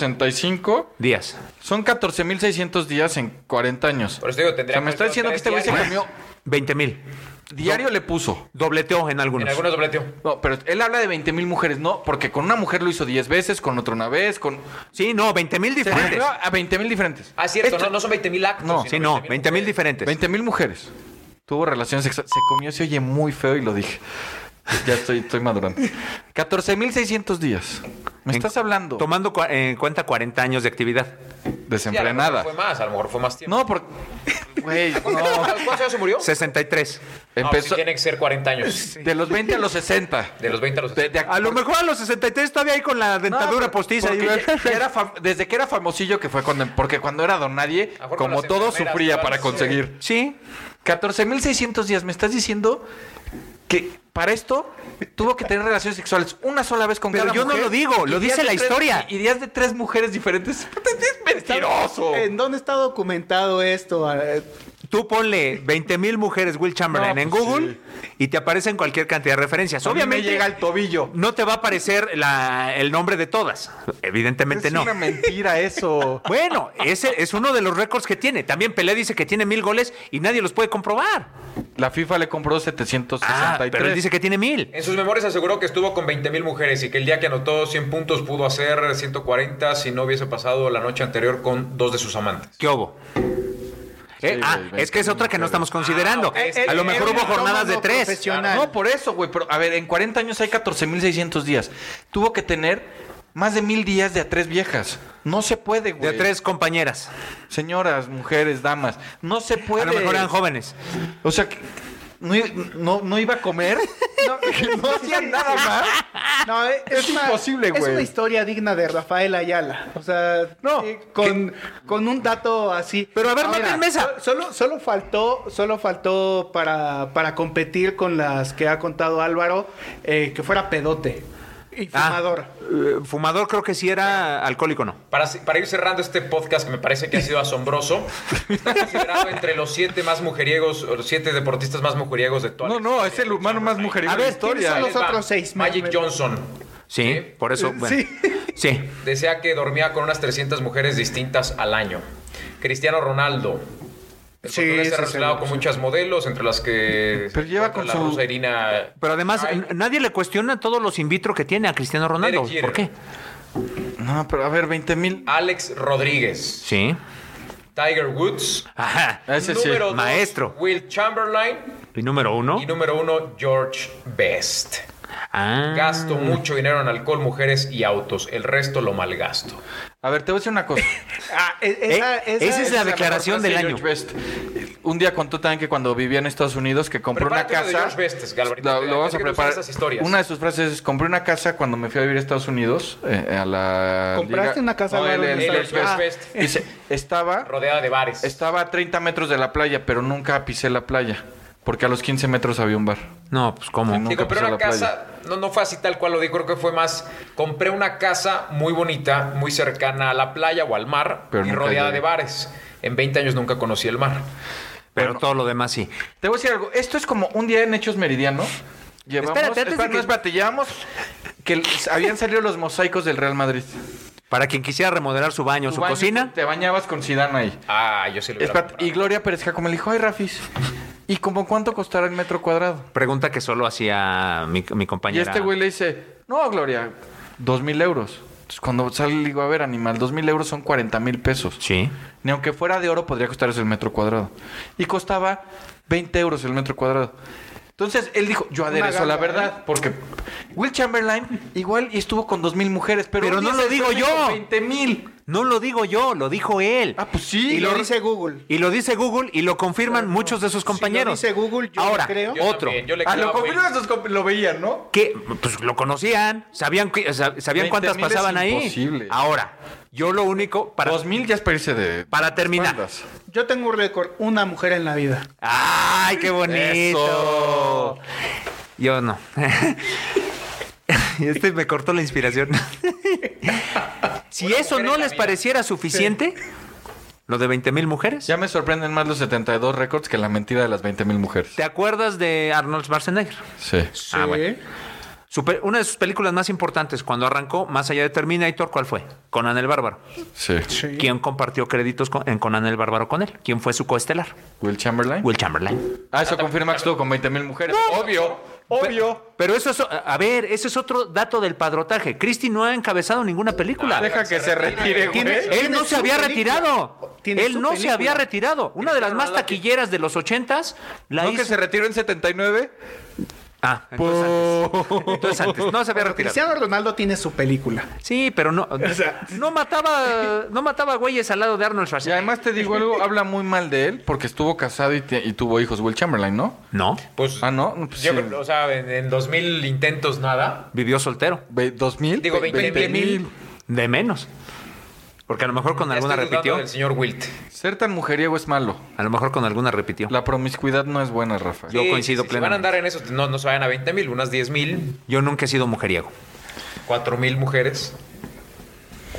Speaker 3: 365
Speaker 6: Días.
Speaker 3: son 14.600 días en 40 años.
Speaker 7: Por eso digo,
Speaker 3: O
Speaker 7: tendría
Speaker 3: sea, me está diciendo que este güey se comió.
Speaker 6: 20 mil.
Speaker 3: Diario le puso.
Speaker 6: Dobleteó en algunos.
Speaker 7: En algunos dobleteó.
Speaker 3: No, pero él habla de 20 mil mujeres, no, porque con una mujer lo hizo 10 veces, con otra una vez, con.
Speaker 6: Sí, no, 20 mil
Speaker 3: Se
Speaker 6: diferentes.
Speaker 3: reunió a 20 mil diferentes.
Speaker 7: Ah, cierto,
Speaker 3: Esto-
Speaker 7: no, no son 20 mil actos.
Speaker 3: Este- No.
Speaker 6: Sí,
Speaker 7: sino
Speaker 6: no, 20 mil diferentes.
Speaker 3: 20 mil mujeres. Tuvo relaciones sexuales. Se comió, se oye muy feo y lo dije. Ya estoy, estoy madurando. 14 mil 600 días. Me
Speaker 6: En-
Speaker 3: estás hablando.
Speaker 6: Tomando cua- eh, en cuenta 40 años de actividad.
Speaker 7: Sí, a lo mejor
Speaker 3: Desenfrenada.
Speaker 7: Fue más, a lo mejor fue pues más tiempo.
Speaker 3: No, porque. Güey, no.
Speaker 7: ¿Cuántos años se murió?
Speaker 6: 63.
Speaker 7: Empezó.
Speaker 3: Empezó
Speaker 7: tiene que ser 40 años.
Speaker 3: de los 20 a los 60.
Speaker 7: De los 20 a los
Speaker 3: De- de-
Speaker 6: A lo mejor a los 63 todavía ahí con la
Speaker 3: No,
Speaker 6: dentadura
Speaker 3: por-
Speaker 6: postiza.
Speaker 3: porque
Speaker 6: ahí.
Speaker 3: ya- ya era fam- desde que era famosillo que fue cuando. Porque cuando era don nadie,
Speaker 7: Mejor con
Speaker 3: como
Speaker 7: las
Speaker 3: todo,
Speaker 7: enfermeras,
Speaker 3: sufría
Speaker 7: todas
Speaker 3: para
Speaker 7: las-
Speaker 3: conseguir.
Speaker 6: Sí,
Speaker 3: 14.600 días. Me estás diciendo que para esto tuvo que tener relaciones sexuales una sola vez con
Speaker 6: Pero
Speaker 3: cada
Speaker 6: yo no
Speaker 3: mujer
Speaker 6: lo digo, lo
Speaker 3: y días
Speaker 6: dice
Speaker 3: de
Speaker 6: la
Speaker 3: tres-
Speaker 6: historia.
Speaker 3: Y días de tres mujeres diferentes. ¡Es mentiroso!
Speaker 8: ¿En dónde está documentado esto? Eh,
Speaker 6: Tú ponle 20 mil mujeres Will Chamberlain
Speaker 3: No,
Speaker 6: en
Speaker 3: pues
Speaker 6: Google y te aparecen cualquier cantidad de referencias. Obviamente
Speaker 3: llega al tobillo.
Speaker 6: no te va a aparecer la- el nombre de todas. Evidentemente
Speaker 3: Es
Speaker 6: no.
Speaker 3: una mentira eso.
Speaker 6: Bueno, ese es uno de los récords que tiene. También Pelé dice que tiene mil goles y nadie los puede comprobar.
Speaker 3: La FIFA le compró
Speaker 6: Ah,
Speaker 3: 763.
Speaker 6: pero él dice que tiene mil.
Speaker 7: En sus memorias aseguró que estuvo con 20 mil mujeres y que el día que anotó 100 puntos pudo hacer 140 si no hubiese pasado la noche anterior con dos de sus amantes.
Speaker 6: ¿Qué hubo? Eh,
Speaker 3: Sí,
Speaker 6: ah,
Speaker 3: güey,
Speaker 6: es que es otra que no estamos considerando.
Speaker 7: Ah, ok,
Speaker 6: a lo mejor
Speaker 8: era
Speaker 6: hubo
Speaker 8: un
Speaker 6: jornadas de
Speaker 8: mitómano
Speaker 6: tres.
Speaker 8: profesional.
Speaker 3: No, por eso, güey. Pero a ver, en 40 años hay 14.600 días. Tuvo que tener más de mil días de a tres viejas. No se
Speaker 6: De
Speaker 3: puede, güey.
Speaker 6: a tres compañeras.
Speaker 3: Señoras, mujeres, damas. No se puede.
Speaker 6: A lo mejor eran jóvenes.
Speaker 3: O sea, que- no, i- no- no iba a comer. No, no hacían nada más.
Speaker 8: No, eh, es,
Speaker 3: Es
Speaker 8: una-
Speaker 3: imposible,
Speaker 8: Es
Speaker 3: güey.
Speaker 8: una historia digna de Rafael Ayala. O sea,
Speaker 3: No,
Speaker 8: sí, con, con un dato así.
Speaker 6: Pero a ver,
Speaker 8: Ahora,
Speaker 6: manden mesa.
Speaker 8: so- Solo, solo faltó, solo faltó para, para competir con las que ha contado Álvaro, eh, que fuera pedote y
Speaker 6: Ah,
Speaker 8: fumador.
Speaker 6: eh, fumador creo que sí era alcohólico, no.
Speaker 7: Para, para ir cerrando este podcast que me parece que ha sido asombroso, está considerado entre los siete más mujeriegos, o los siete deportistas más mujeriegos de toda la
Speaker 3: No, no, es el humano más mujeriego
Speaker 8: A
Speaker 3: de la
Speaker 8: ver, ¿quiénes
Speaker 3: historia.
Speaker 8: son
Speaker 7: Ahí
Speaker 8: los
Speaker 7: les va.
Speaker 8: otros seis?
Speaker 7: Magic
Speaker 8: Me- me-
Speaker 7: Johnson
Speaker 6: Sí,
Speaker 7: Sí.
Speaker 6: por eso. Bueno.
Speaker 8: Sí.
Speaker 6: Sí.
Speaker 7: decía que dormía con unas 300 mujeres distintas al año. Cristiano Ronaldo. El
Speaker 8: Sí,
Speaker 7: portugués se ha
Speaker 8: ese
Speaker 7: relacionado
Speaker 8: seguro,
Speaker 7: con
Speaker 8: sí.
Speaker 7: muchas modelos, entre las que... se
Speaker 3: Pero lleva
Speaker 7: encuentra
Speaker 3: con
Speaker 7: la
Speaker 3: su-
Speaker 7: rusa Irina-
Speaker 6: Pero además,
Speaker 7: Ay,
Speaker 6: n- nadie le cuestiona todos los in vitro que tiene a Cristiano Ronaldo.
Speaker 7: Derek
Speaker 6: ¿Por
Speaker 7: Jeter.
Speaker 6: qué?
Speaker 3: No, pero a ver, 20 mil.
Speaker 7: Alex Rodríguez.
Speaker 6: Sí.
Speaker 7: Tiger Woods.
Speaker 6: Ajá.
Speaker 3: Ese sí.
Speaker 7: número dos,
Speaker 6: Maestro.
Speaker 7: Will Chamberlain.
Speaker 6: Y número uno.
Speaker 7: Y número uno, George Best.
Speaker 6: Ah.
Speaker 7: Gasto
Speaker 3: Mm.
Speaker 7: mucho dinero en alcohol, mujeres y autos. El resto lo malgasto.
Speaker 3: A ver, te voy a decir una cosa.
Speaker 8: Ah, e- esa,
Speaker 6: Eh, esa es la
Speaker 3: mejor
Speaker 6: declaración
Speaker 3: frase
Speaker 6: del
Speaker 3: de
Speaker 6: año.
Speaker 3: George Best. Un día contó también que cuando vivía en Estados Unidos que compró
Speaker 7: Prepárate
Speaker 3: una
Speaker 7: uno de
Speaker 3: casa.
Speaker 7: George Best, Galvarito.
Speaker 3: Lo, lo vamos
Speaker 7: Pensé
Speaker 3: a
Speaker 7: que no
Speaker 3: preparar.
Speaker 7: sabías esas historias.
Speaker 3: Una de sus frases es: compré una casa cuando me fui a vivir a Estados Unidos eh, a la.
Speaker 8: ¿Compraste una casa,
Speaker 3: No, él-
Speaker 8: Álvaro, en
Speaker 3: él- él-
Speaker 7: Estados
Speaker 3: George
Speaker 7: Unidos?
Speaker 3: Best. Ah. Dice, estaba
Speaker 7: Rodeada de bares.
Speaker 3: Estaba a 30 metros de la playa, pero nunca pisé la playa. Porque a los 15 metros había un bar.
Speaker 6: No, pues cómo.
Speaker 3: Sí, no.
Speaker 7: Digo,
Speaker 3: nunca
Speaker 7: pero
Speaker 3: pisé
Speaker 7: una
Speaker 3: la
Speaker 7: casa, no, no fue así tal cual lo digo, creo que fue más, compré una casa muy bonita, muy cercana a la playa o al mar
Speaker 3: Pero
Speaker 7: y
Speaker 3: nunca
Speaker 7: rodeada de
Speaker 3: llegué.
Speaker 7: bares. En 20 años nunca conocí el mar.
Speaker 6: Pero todo lo demás sí.
Speaker 3: Te voy a decir algo. Esto es como un día en Hechos Meridianos. Llevamos,
Speaker 6: Espérate, antes de
Speaker 3: espera,
Speaker 6: que-
Speaker 3: no, espérate, llevamos que l- habían salido los mosaicos del Real Madrid.
Speaker 6: Para quien quisiera remodelar su baño o
Speaker 3: Tu
Speaker 6: su
Speaker 3: baño,
Speaker 6: cocina.
Speaker 3: Te bañabas con Zidane ahí.
Speaker 7: Ah, yo sí lo hubiera
Speaker 3: Espérate, y
Speaker 7: comprado.
Speaker 3: Gloria Pérez como le dijo, ay, Rafis, ¿y como cuánto costará el metro cuadrado?
Speaker 6: Pregunta que solo hacía mi, mi
Speaker 3: Y
Speaker 6: compañera.
Speaker 3: este güey le dice, no, Gloria, dos mil euros. Entonces cuando sale le digo, a ver, animal, dos mil euros son 40 mil pesos.
Speaker 6: Sí.
Speaker 3: Ni aunque fuera de oro podría costar eso el metro cuadrado. Y costaba 20 euros el metro cuadrado. Entonces él dijo, yo aderezo la
Speaker 8: ganga,
Speaker 6: ¿eh?
Speaker 3: verdad, porque Will Chamberlain igual y estuvo con 2.000 mujeres, pero,
Speaker 6: Pero
Speaker 3: un
Speaker 6: no
Speaker 3: día
Speaker 6: lo
Speaker 3: se
Speaker 6: digo
Speaker 3: duerme
Speaker 6: yo.
Speaker 3: con 20.000.
Speaker 6: No lo digo yo, lo dijo él.
Speaker 3: Ah, pues sí.
Speaker 8: Y lo dice Google.
Speaker 6: Y lo dice Google y lo confirman muchos de sus
Speaker 8: Si
Speaker 6: compañeros.
Speaker 8: lo dice Google, yo
Speaker 6: Ahora,
Speaker 8: lo creo.
Speaker 7: Yo
Speaker 6: otro.
Speaker 7: también, yo le
Speaker 3: Ah,
Speaker 7: creo
Speaker 3: lo
Speaker 7: a Will.
Speaker 3: confirman sus comp- lo veían, ¿no?
Speaker 6: que pues lo conocían, sabían que- sab- sabían cuántas
Speaker 3: 20,000 es
Speaker 6: pasaban ahí.
Speaker 3: imposible.
Speaker 6: Ahora, yo lo único para
Speaker 3: 2.000 ya es para irse de...
Speaker 6: para terminar.
Speaker 3: espaldas.
Speaker 8: Yo tengo un récord, una mujer en la vida.
Speaker 6: Ay, qué bonito.
Speaker 3: Eso.
Speaker 6: Yo no. este me cortó la inspiración. si
Speaker 7: Una
Speaker 6: eso
Speaker 7: mujer
Speaker 6: no
Speaker 7: en la
Speaker 6: les
Speaker 7: vida.
Speaker 6: pareciera suficiente, lo de 20 mil mujeres.
Speaker 3: Ya me sorprenden más los 72 récords que la mentira de las 20.000 mujeres.
Speaker 6: ¿Te acuerdas de Arnold Schwarzenegger?
Speaker 3: Sí.
Speaker 6: Ah, bueno. Su pe- una de sus películas más importantes cuando arrancó, más allá de Terminator, ¿cuál fue? Conan el Bárbaro.
Speaker 3: Sí.
Speaker 8: Sí.
Speaker 6: ¿Quién compartió créditos con, en Conan el Bárbaro con él? ¿Quién fue su coestelar?
Speaker 3: Will Chamberlain.
Speaker 6: Will Chamberlain.
Speaker 3: Ah, eso confirma que estuvo con 20.000 mujeres. Obvio.
Speaker 8: Obvio.
Speaker 6: Pero eso es, a ver, ese es otro dato del padrotaje. Christie no ha encabezado ninguna película.
Speaker 3: Deja que se retire,
Speaker 8: Tiene-
Speaker 3: güey.
Speaker 6: Él no
Speaker 8: su
Speaker 6: se había
Speaker 8: película.
Speaker 6: retirado.
Speaker 8: Tiene
Speaker 6: Él
Speaker 8: su
Speaker 6: no se
Speaker 8: película.
Speaker 6: había retirado. Una de las más taquilleras de los ochentas la
Speaker 3: ¿No
Speaker 6: hizo.
Speaker 3: que se retiró en 79?
Speaker 6: Ah,
Speaker 3: Pues
Speaker 6: entonces antes. Entonces antes. No se había retirado.
Speaker 8: Cristiano Ronaldo tiene su película.
Speaker 6: Sí, pero no, no mataba, no mataba güeyes al lado de Arnold
Speaker 3: Y
Speaker 6: Schwarzenegger.
Speaker 3: además te digo algo, habla muy mal de él porque estuvo casado y, te- y tuvo hijos Will Chamberlain, ¿no?
Speaker 6: No,
Speaker 7: Pues,
Speaker 3: Ah, no, pues
Speaker 7: yo
Speaker 3: sí.
Speaker 7: creo- o sea, en, en 2000 intentos nada.
Speaker 6: vivió soltero.
Speaker 3: Ve- ¿2000?
Speaker 7: Digo,
Speaker 3: Ve-
Speaker 7: 20,000.
Speaker 6: De menos. Porque a lo mejor con
Speaker 7: Ya
Speaker 6: alguna
Speaker 7: estoy dudando
Speaker 6: repitió.
Speaker 7: del señor Wilt.
Speaker 3: Ser tan mujeriego es malo.
Speaker 6: A lo mejor con alguna repitió.
Speaker 3: La promiscuidad no es buena, Rafa.
Speaker 6: Yo- coincido
Speaker 7: Si van
Speaker 6: plenamente.
Speaker 7: a andar en eso, no, no se vayan a 20 mil, unas 10 mil,
Speaker 6: Yo nunca he sido mujeriego.
Speaker 7: 4 mil mujeres.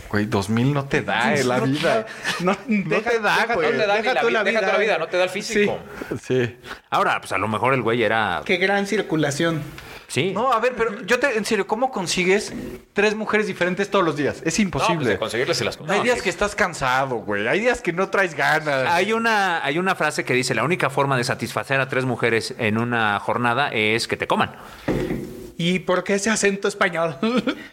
Speaker 3: Güey, 2000 no te da eh, la vida.
Speaker 8: No, deja-
Speaker 3: te da,
Speaker 8: deja-
Speaker 3: güey.
Speaker 7: No te da ni
Speaker 8: deja
Speaker 7: la,
Speaker 8: tú
Speaker 7: vida, deja tú la vida, no te da el físico.
Speaker 3: Sí.
Speaker 6: Ahora, pues a lo mejor el güey era.
Speaker 8: Qué gran circulación.
Speaker 6: Sí.
Speaker 3: No, a ver, pero yo te, en serio, ¿cómo consigues tres mujeres diferentes todos los días?
Speaker 7: No,
Speaker 3: Es
Speaker 7: pues
Speaker 3: imposible.
Speaker 7: de conseguirles se las cosas.
Speaker 3: Hay días que estás cansado, güey. Hay días que no traes ganas.
Speaker 6: Hay una, hay una frase que dice: la única forma de satisfacer a tres mujeres en una jornada es que te coman.
Speaker 8: ¿Y por qué ese acento español?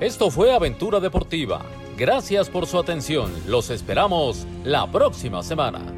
Speaker 1: Esto fue Aventura Deportiva. Gracias por su atención. Los esperamos la próxima semana.